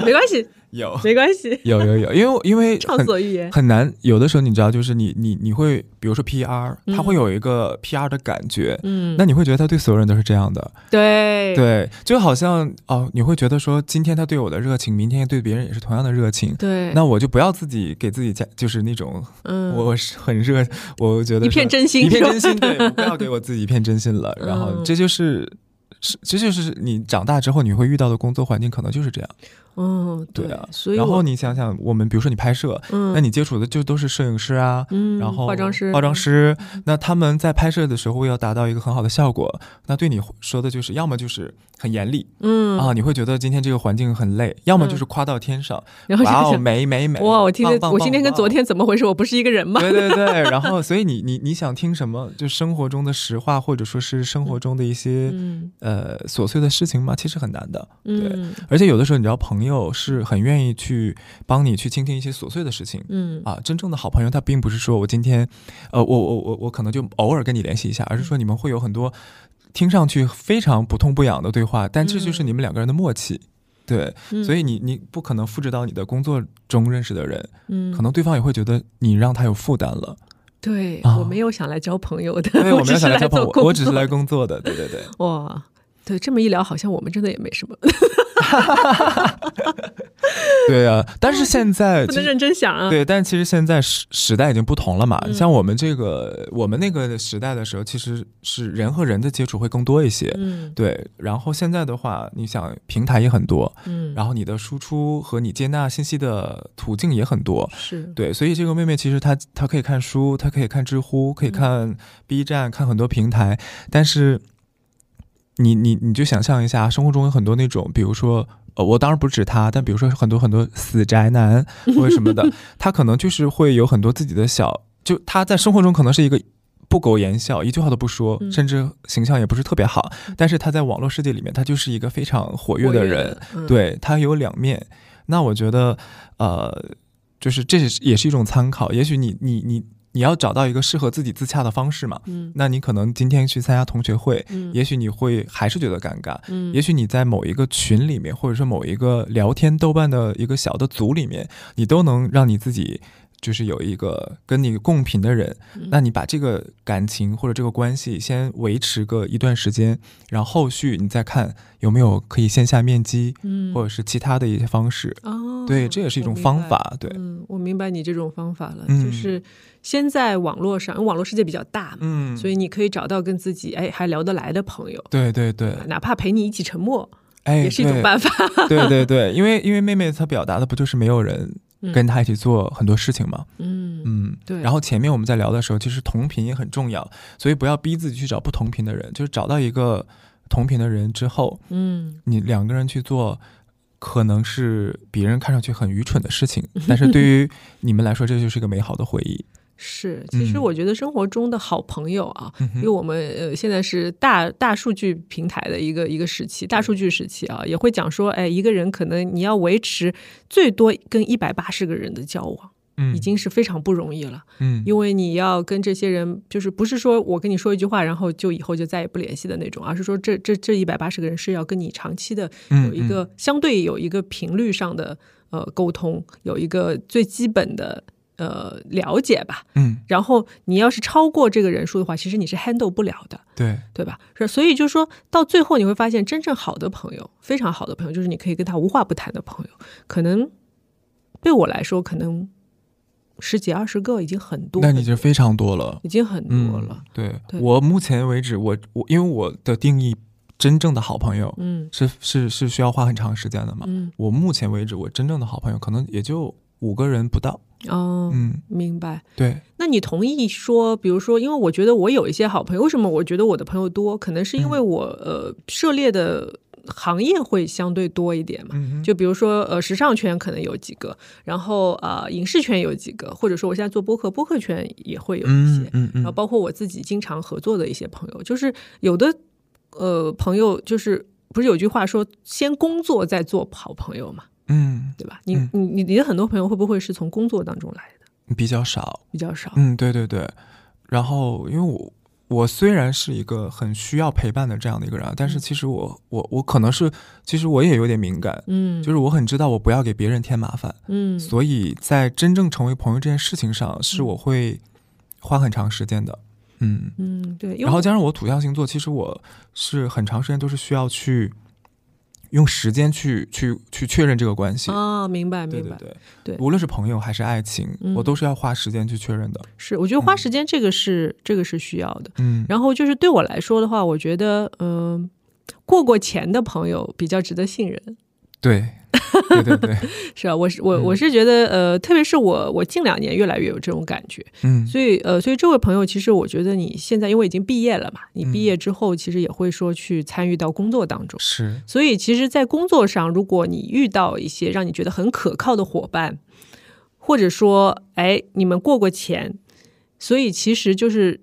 S3: 没关系，
S2: 有，
S3: 没关系，
S2: 有，有，有，因为因为
S3: 畅
S2: 很
S3: 所欲言。
S2: 很难，有的时候你知道，就是你你你会，比如说 PR，他会有一个 PR 的感觉，
S3: 嗯，
S2: 那你会觉得他对所有人都是这样的，
S3: 对
S2: 对，就好像哦，你会觉得说，今天他对我的热情，明天对别人也是同样的热情，
S3: 对，
S2: 那我就不要自己给自己加，就是那种
S3: 嗯，
S2: 我是很热，我觉得
S3: 一片
S2: 说
S3: 真心
S2: 一片
S3: 是吧
S2: 真心，对，我不要给我自己一片真心了。然后
S3: 嗯
S2: 这就是是，这就是你长大之后你会遇到的工作环境，可能就是这样。
S3: 嗯，
S2: 对啊，
S3: 所以
S2: 然
S3: 我
S2: 后你想想，我们比如说你拍摄，
S3: 嗯
S2: 那你接触的就都是摄影师啊，
S3: 嗯，
S2: 然后
S3: 化妆师，嗯
S2: 化妆师，那他们在拍摄的时候要达到一个很好的效果，那对你说的就是，要么就是很严厉、
S3: 嗯，
S2: 啊，你会觉得今天这个环境很累，要么就是夸到天上，
S3: 然后
S2: 哇
S3: 想
S2: 哦，
S3: 想，
S2: 美美美，
S3: 哇，我今天
S2: 棒棒
S3: 我今天跟
S2: 棒
S3: 昨天怎么回事？我不是一个人吗？
S2: 对对对，然后所以你你你想听什么？就生活中的实话，或者说是生活中的一些、
S3: 嗯
S2: 呃琐碎的事情吗？其实很难的。
S3: 嗯
S2: 而且有的时候，你知道，朋友是很愿意去帮你去倾听一些琐碎的事情。
S3: 嗯
S2: 啊，真正的好朋友，他并不是说我今天，呃，我我我我可能就偶尔跟你联系一下，而是说你们会有很多听上去非常不痛不痒的对话，但这就是你们两个人的默契。对，
S3: 嗯
S2: 所以你你不可能复制到你的工作中认识的人，
S3: 嗯，
S2: 可能对方也会觉得你让他有负担了。
S3: 对
S2: 啊
S3: 我没有想来交朋友 的，
S2: 对，我没
S3: 只
S2: 有
S3: 是
S2: 想来交朋友
S3: 做，工
S2: 我只是
S3: 作
S2: 来工作的。对 对对，
S3: 哇，对，这么一聊，好像我们真的也没什么，
S2: 对啊。但 是现在
S3: 不
S2: 其
S3: 能
S2: 实
S3: 认真想啊。
S2: 对，但其实现在时时代已经不同了嘛。
S3: 嗯
S2: 像我们这个我们那个时代的时候，其实是人和人的接触会更多一些。
S3: 嗯
S2: 对，然后现在的话，你想平台也很多，
S3: 嗯，
S2: 然后你的输出和你接纳信息的途径也很多，
S3: 是
S2: 对，所以这个妹妹其实她她可以看书，她可以看知乎，
S3: 嗯
S2: 可以看 B 站，看很多平台，但是你你你就想象一下，生活中有很多那种，比如说。呃，我当然不是指她，但比如说很多很多死宅男或者什么 的，他可能就是会有很多自己的小，就他在生活中可能是一个不苟言笑，一句话都不说，
S3: 嗯
S2: 甚至形象也不是特别好，但是他在网络世界里面，他就是一个非常活跃
S3: 活
S2: 的
S3: 跃
S2: 人，
S3: 的，嗯，
S2: 对，它有两面。那我觉得，呃，就是这也是也是一种参考。也许你你你你要找到一个适合自己自洽的方式嘛。
S3: 嗯
S2: 那你可能今天去参加同学会，
S3: 嗯，
S2: 也许你会还是觉得尴尬。
S3: 嗯
S2: 也许你在某一个群里面，或者说某一个聊天豆瓣的一个小的组里面，你都能让你自己就是有一个跟你共频的人，
S3: 嗯
S2: 那你把这个感情或者这个关系先维持个一段时间，然后后续你再看有没有可以线下面基，
S3: 嗯
S2: 或者是其他的一些方式。
S3: 哦，
S2: 对，这也是一
S3: 我
S2: 种
S3: 明
S2: 方
S3: 白。
S2: 法。对，
S3: 嗯，我明白你这种方法了，就
S2: 嗯
S3: 是先在网络上，因为网络世界比较大嘛，
S2: 嗯
S3: 所以你可以找到跟自己哎还聊得来的朋友，
S2: 对对对，
S3: 哪怕陪你一起沉默，
S2: 哎，
S3: 嗯也是一种
S2: 对
S3: 办法。
S2: 对 对对，因为因为妹妹她表达的不就是没有人
S3: 嗯
S2: 跟她一起做很多事情吗？
S3: 嗯，
S2: 嗯，
S3: 对
S2: 然后前面我们在聊的时候，其实同频也很重要，所以不要逼自己去找不同频的人，就是找到一个同频的人之后，
S3: 嗯，
S2: 你两个人去做。可能是别人看上去很愚蠢的 事情，但是对于你们来说，这就是一个美好的回忆。
S3: 是。其实
S2: 嗯
S3: 我觉得生活中的好朋友啊，
S2: 嗯
S3: 因为
S2: 哼，
S3: 我们呃现在是大大数据平台的一个一个时期，大数据时期啊，也会讲说，哎，一个人可能你要维持最多跟一百八十个人的交往，
S2: 嗯，
S3: 已经是非常不容易了。
S2: 嗯，
S3: 因为你要跟这些人，就是不是说我跟你说一句话，然后就以后就再也不联系的那种，而是说这这这一百八十个人是要跟你长期的
S2: 嗯
S3: 有一个相对有一个频率上的呃沟通，有一个最基本的呃了解吧。
S2: 嗯，
S3: 然后你要是超过这个人数的话，其实你是 handle 不了的。
S2: 对，
S3: 对吧？是，所以就是说到最后，你会发现，真正好的朋友，非常好的朋友，就是你可以跟他无话不谈的朋友。可能对我来说，可能十几二十个已经很多，
S2: 那你就非常多了。
S3: 已经很多了。
S2: 嗯对
S3: 对
S2: 我目前为止，我我因为我的定义，真正的好朋友
S3: 嗯
S2: 是是是需要花很长时间的嘛。
S3: 嗯
S2: 我目前为止，我真正的好朋友可能也就五个人不到。
S3: 哦，
S2: 嗯，
S3: 明白。
S2: 对，
S3: 那你同意说，比如说，因为我觉得我有一些好朋友，为什么我觉得我的朋友多？可能是
S2: 嗯
S3: 因为我、呃涉猎的行业会相对多一点嘛。
S2: 嗯
S3: 就比如说，呃，时尚圈可能有几个，然后呃，影视圈有几个，或者说我现在做播客，播客圈也会有一些，
S2: 嗯嗯
S3: 然后
S2: 嗯，
S3: 包括我自己经常合作的一些朋友，就是有的呃朋友就是不是有句话说，先工作再做好朋友嘛，
S2: 嗯
S3: 对吧？你、
S2: 嗯
S3: 你你你的很多朋友会不会是从工作当中来的？
S2: 比较少。
S3: 比较少，
S2: 嗯，对对对。然后，因为我我虽然是一个很需要陪伴的这样的一个人啊，
S3: 嗯
S2: 但是其实我我我可能是，其实我也有点敏感，
S3: 嗯，
S2: 就是我很知道我不要给别人添麻烦。
S3: 嗯
S2: 所以在真正成为朋友这件事情上，是
S3: 嗯
S2: 我会花很长时间的。嗯，
S3: 嗯对，因为
S2: 然后加上我土象星座，其实我是很长时间都是需要去用时间去去去确认这个关系。
S3: 啊，明白
S2: 对
S3: 明
S2: 对
S3: 白，
S2: 对，
S3: 对
S2: 无论是朋友还是爱情，
S3: 嗯
S2: 我都是要花时间去确认的。
S3: 是我觉得花时间这个是、这个是需要的。
S2: 嗯，
S3: 然后就是对我来说的话，我觉得，嗯、过过钱的朋友比较值得信任，
S2: 对，对对对，
S3: 是吧？我是我我
S2: 嗯
S3: 是觉得，呃，特别是我我近两年越来越有这种感觉，
S2: 嗯，
S3: 所以呃，所以这位朋友，其实我觉得你现在因为已经毕业了嘛，你
S2: 嗯
S3: 毕业之后其实也会说去参与到工作当中，
S2: 是，
S3: 所以其实，在工作上，如果你遇到一些让你觉得很可靠的伙伴，或者说，哎，你们过过钱，所以其实就是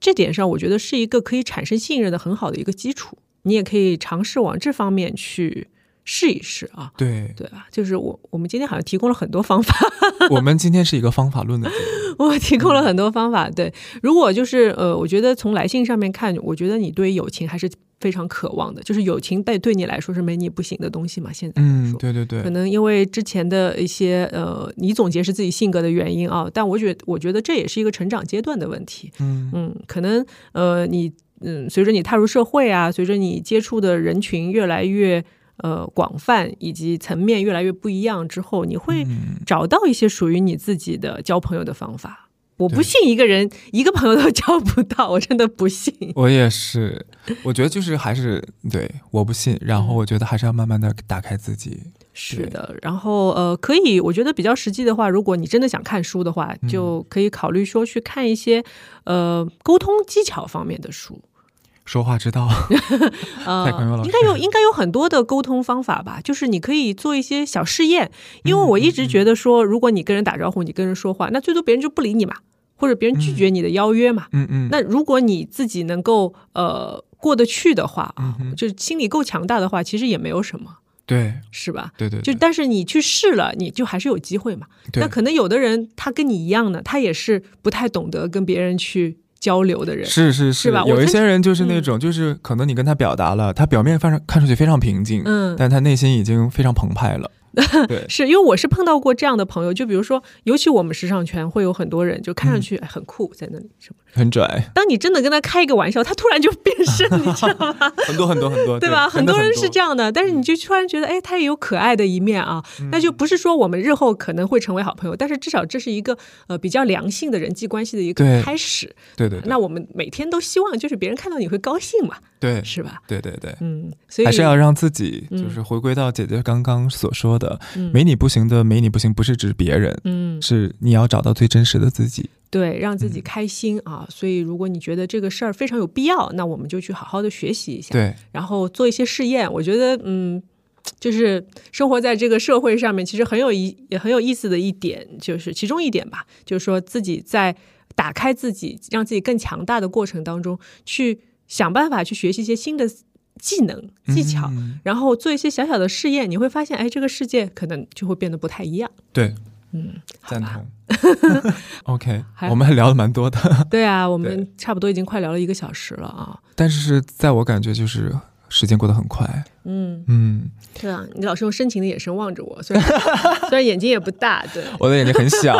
S3: 这点上，我觉得是一个可以产生信任的很好的一个基础。你也可以尝试往这方面去试一试啊，
S2: 对。
S3: 对吧？就是我我们今天好像提供了很多方法，
S2: 我们今天是一个方法论的节目，
S3: 我提供了很多方法。对，如果就是呃，我觉得从来信上面看，我觉得你对于友情还是非常渴望的，就是友情对对你来说是没你不行的东西嘛。现在来
S2: 嗯，
S3: 说，
S2: 对对
S3: 可
S2: 对，
S3: 能因为之前的一些呃，你总结是自己性格的原因啊，但我觉我觉得这也是一个成长阶段的问题。
S2: 嗯
S3: 嗯，可能呃，你嗯，随着你踏入社会啊，随着你接触的人群越来越呃广泛，以及层面越来越不一样之后，你会
S2: 嗯，
S3: 找到一些属于你自己的交朋友的方法。我不
S2: 对
S3: 信一个人一个朋友都交不到，我真的不信。
S2: 我也是，我觉得就是还是对，我不信，然后
S3: 嗯
S2: 我觉得还是要慢慢的打开自己，
S3: 是的，然后呃，可以，我觉得比较实际的话，如果你真的想看书的话，就
S2: 嗯
S3: 可以考虑说去看一些呃沟通技巧方面的书。
S2: 说话 之道，蔡康永
S3: 呃
S2: 老，师
S3: 应该有应该有很多的沟通方法吧，就是你可以做一些小试验，因为我一
S2: 嗯
S3: 直觉得说，如果你跟人打招呼，你跟人说话，那最多别人就不理你嘛，或者别人拒绝你的邀约嘛。
S2: 嗯嗯，
S3: 那如果你自己能够呃过得去的话啊，
S2: 嗯哼
S3: 就是心理够强大的话，其实也没有什么，
S2: 对
S3: 是吧？
S2: 对对，
S3: 就
S2: 对
S3: 但是你去试了，你就还是有机会嘛。
S2: 对
S3: 那可能有的人他跟你一样呢，他也是不太懂得跟别人去交流的人。
S2: 是是
S3: 是吧我
S2: 有一
S3: 曾
S2: 些人就是那
S3: 嗯
S2: 种，就是可能你跟他表达了，他表面看上看上去非常平静，
S3: 嗯
S2: 但他内心已经非常澎湃 了。对，
S3: 是因为我是碰到过这样的朋友，就比如说，尤其我们时尚圈会有很多人，就看上
S2: 嗯
S3: 去、哎很酷，在那里什么。
S2: 很拽，
S3: 当你真的跟他开一个玩笑，他突然就变身， 你知道吗？
S2: 很多很多很多，
S3: 对吧？很
S2: 真的
S3: 多人是这
S2: 样，
S3: 样的，但是你就突然觉得，哎，他也有可爱的一面啊。
S2: 嗯
S3: 那就不是说我们日后可能会成为好朋友，但是至少这是一个呃比较良性的人际关系的一个
S2: 对
S3: 开始。
S2: 对对对
S3: 那我们每天都希望就是别人看到你会高兴嘛，
S2: 对
S3: 是吧？
S2: 对对对。
S3: 嗯，所以
S2: 还是要让自己，
S3: 嗯
S2: 就是回归到姐姐刚刚所说的，
S3: 嗯
S2: 没你不行的，没你不行，不是指别人，
S3: 嗯，
S2: 是你要找到最真实的自己。
S3: 对，让自己开心啊。所以如果你觉得这个事儿非常有必要，那我们就去好好的学习一下，
S2: 对，
S3: 然后做一些试验。我觉得，嗯。就是生活在这个社会上面，其实很有意也很有意思的一点，就是其中一点吧，就是说自己在打开自己，让自己更强大的过程当中，去想办法去学习一些新的技能、技巧，
S2: 嗯
S3: 然后做一些小小的试验，你会发现，哎，这个世界可能就会变得不太一样。
S2: 对，
S3: 嗯，好
S2: 赞
S3: 吧。
S2: 同。OK，
S3: 还
S2: 我们还聊了蛮多的，
S3: 对啊，我们差不多已经快聊了一个小时了啊。
S2: 但是在我感觉就是时间过得很快。
S3: 嗯，
S2: 嗯，
S3: 对啊，你老是用深情的眼神望着我，虽然虽然眼睛也不大， 对，
S2: 我的眼睛很小。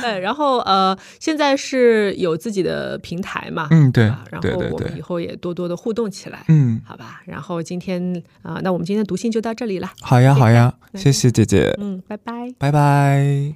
S3: 对。然后呃，现在是有自己的平台嘛，
S2: 嗯，对
S3: 吧？然，
S2: 对
S3: 后
S2: 对
S3: 我们以
S2: 对，
S3: 后也多多的互动起来，
S2: 嗯，
S3: 好吧？然后今天啊、呃那我们今天的读信就到这里了，
S2: 好呀好呀，
S3: 嗯
S2: 谢谢姐姐，
S3: 嗯，拜拜。
S2: 拜拜。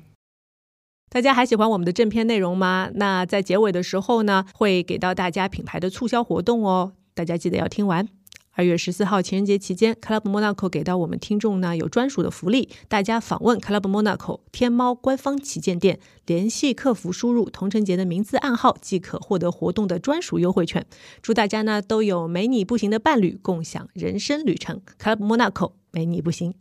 S3: 大家还喜欢我们的正片内容吗？那在结尾的时候呢，会给到大家品牌的促销活动哦，大家记得要听完。二月十四号情人节期间，Club Monaco 给到我们听众呢有专属的福利，大家访问 Club Monaco 天猫官方旗舰店，联系客服输入同城节的名字暗号即可获得活动的专属优惠券。祝大家呢都有没你不行的伴侣，共享人生旅程。Club Monaco 没你不行。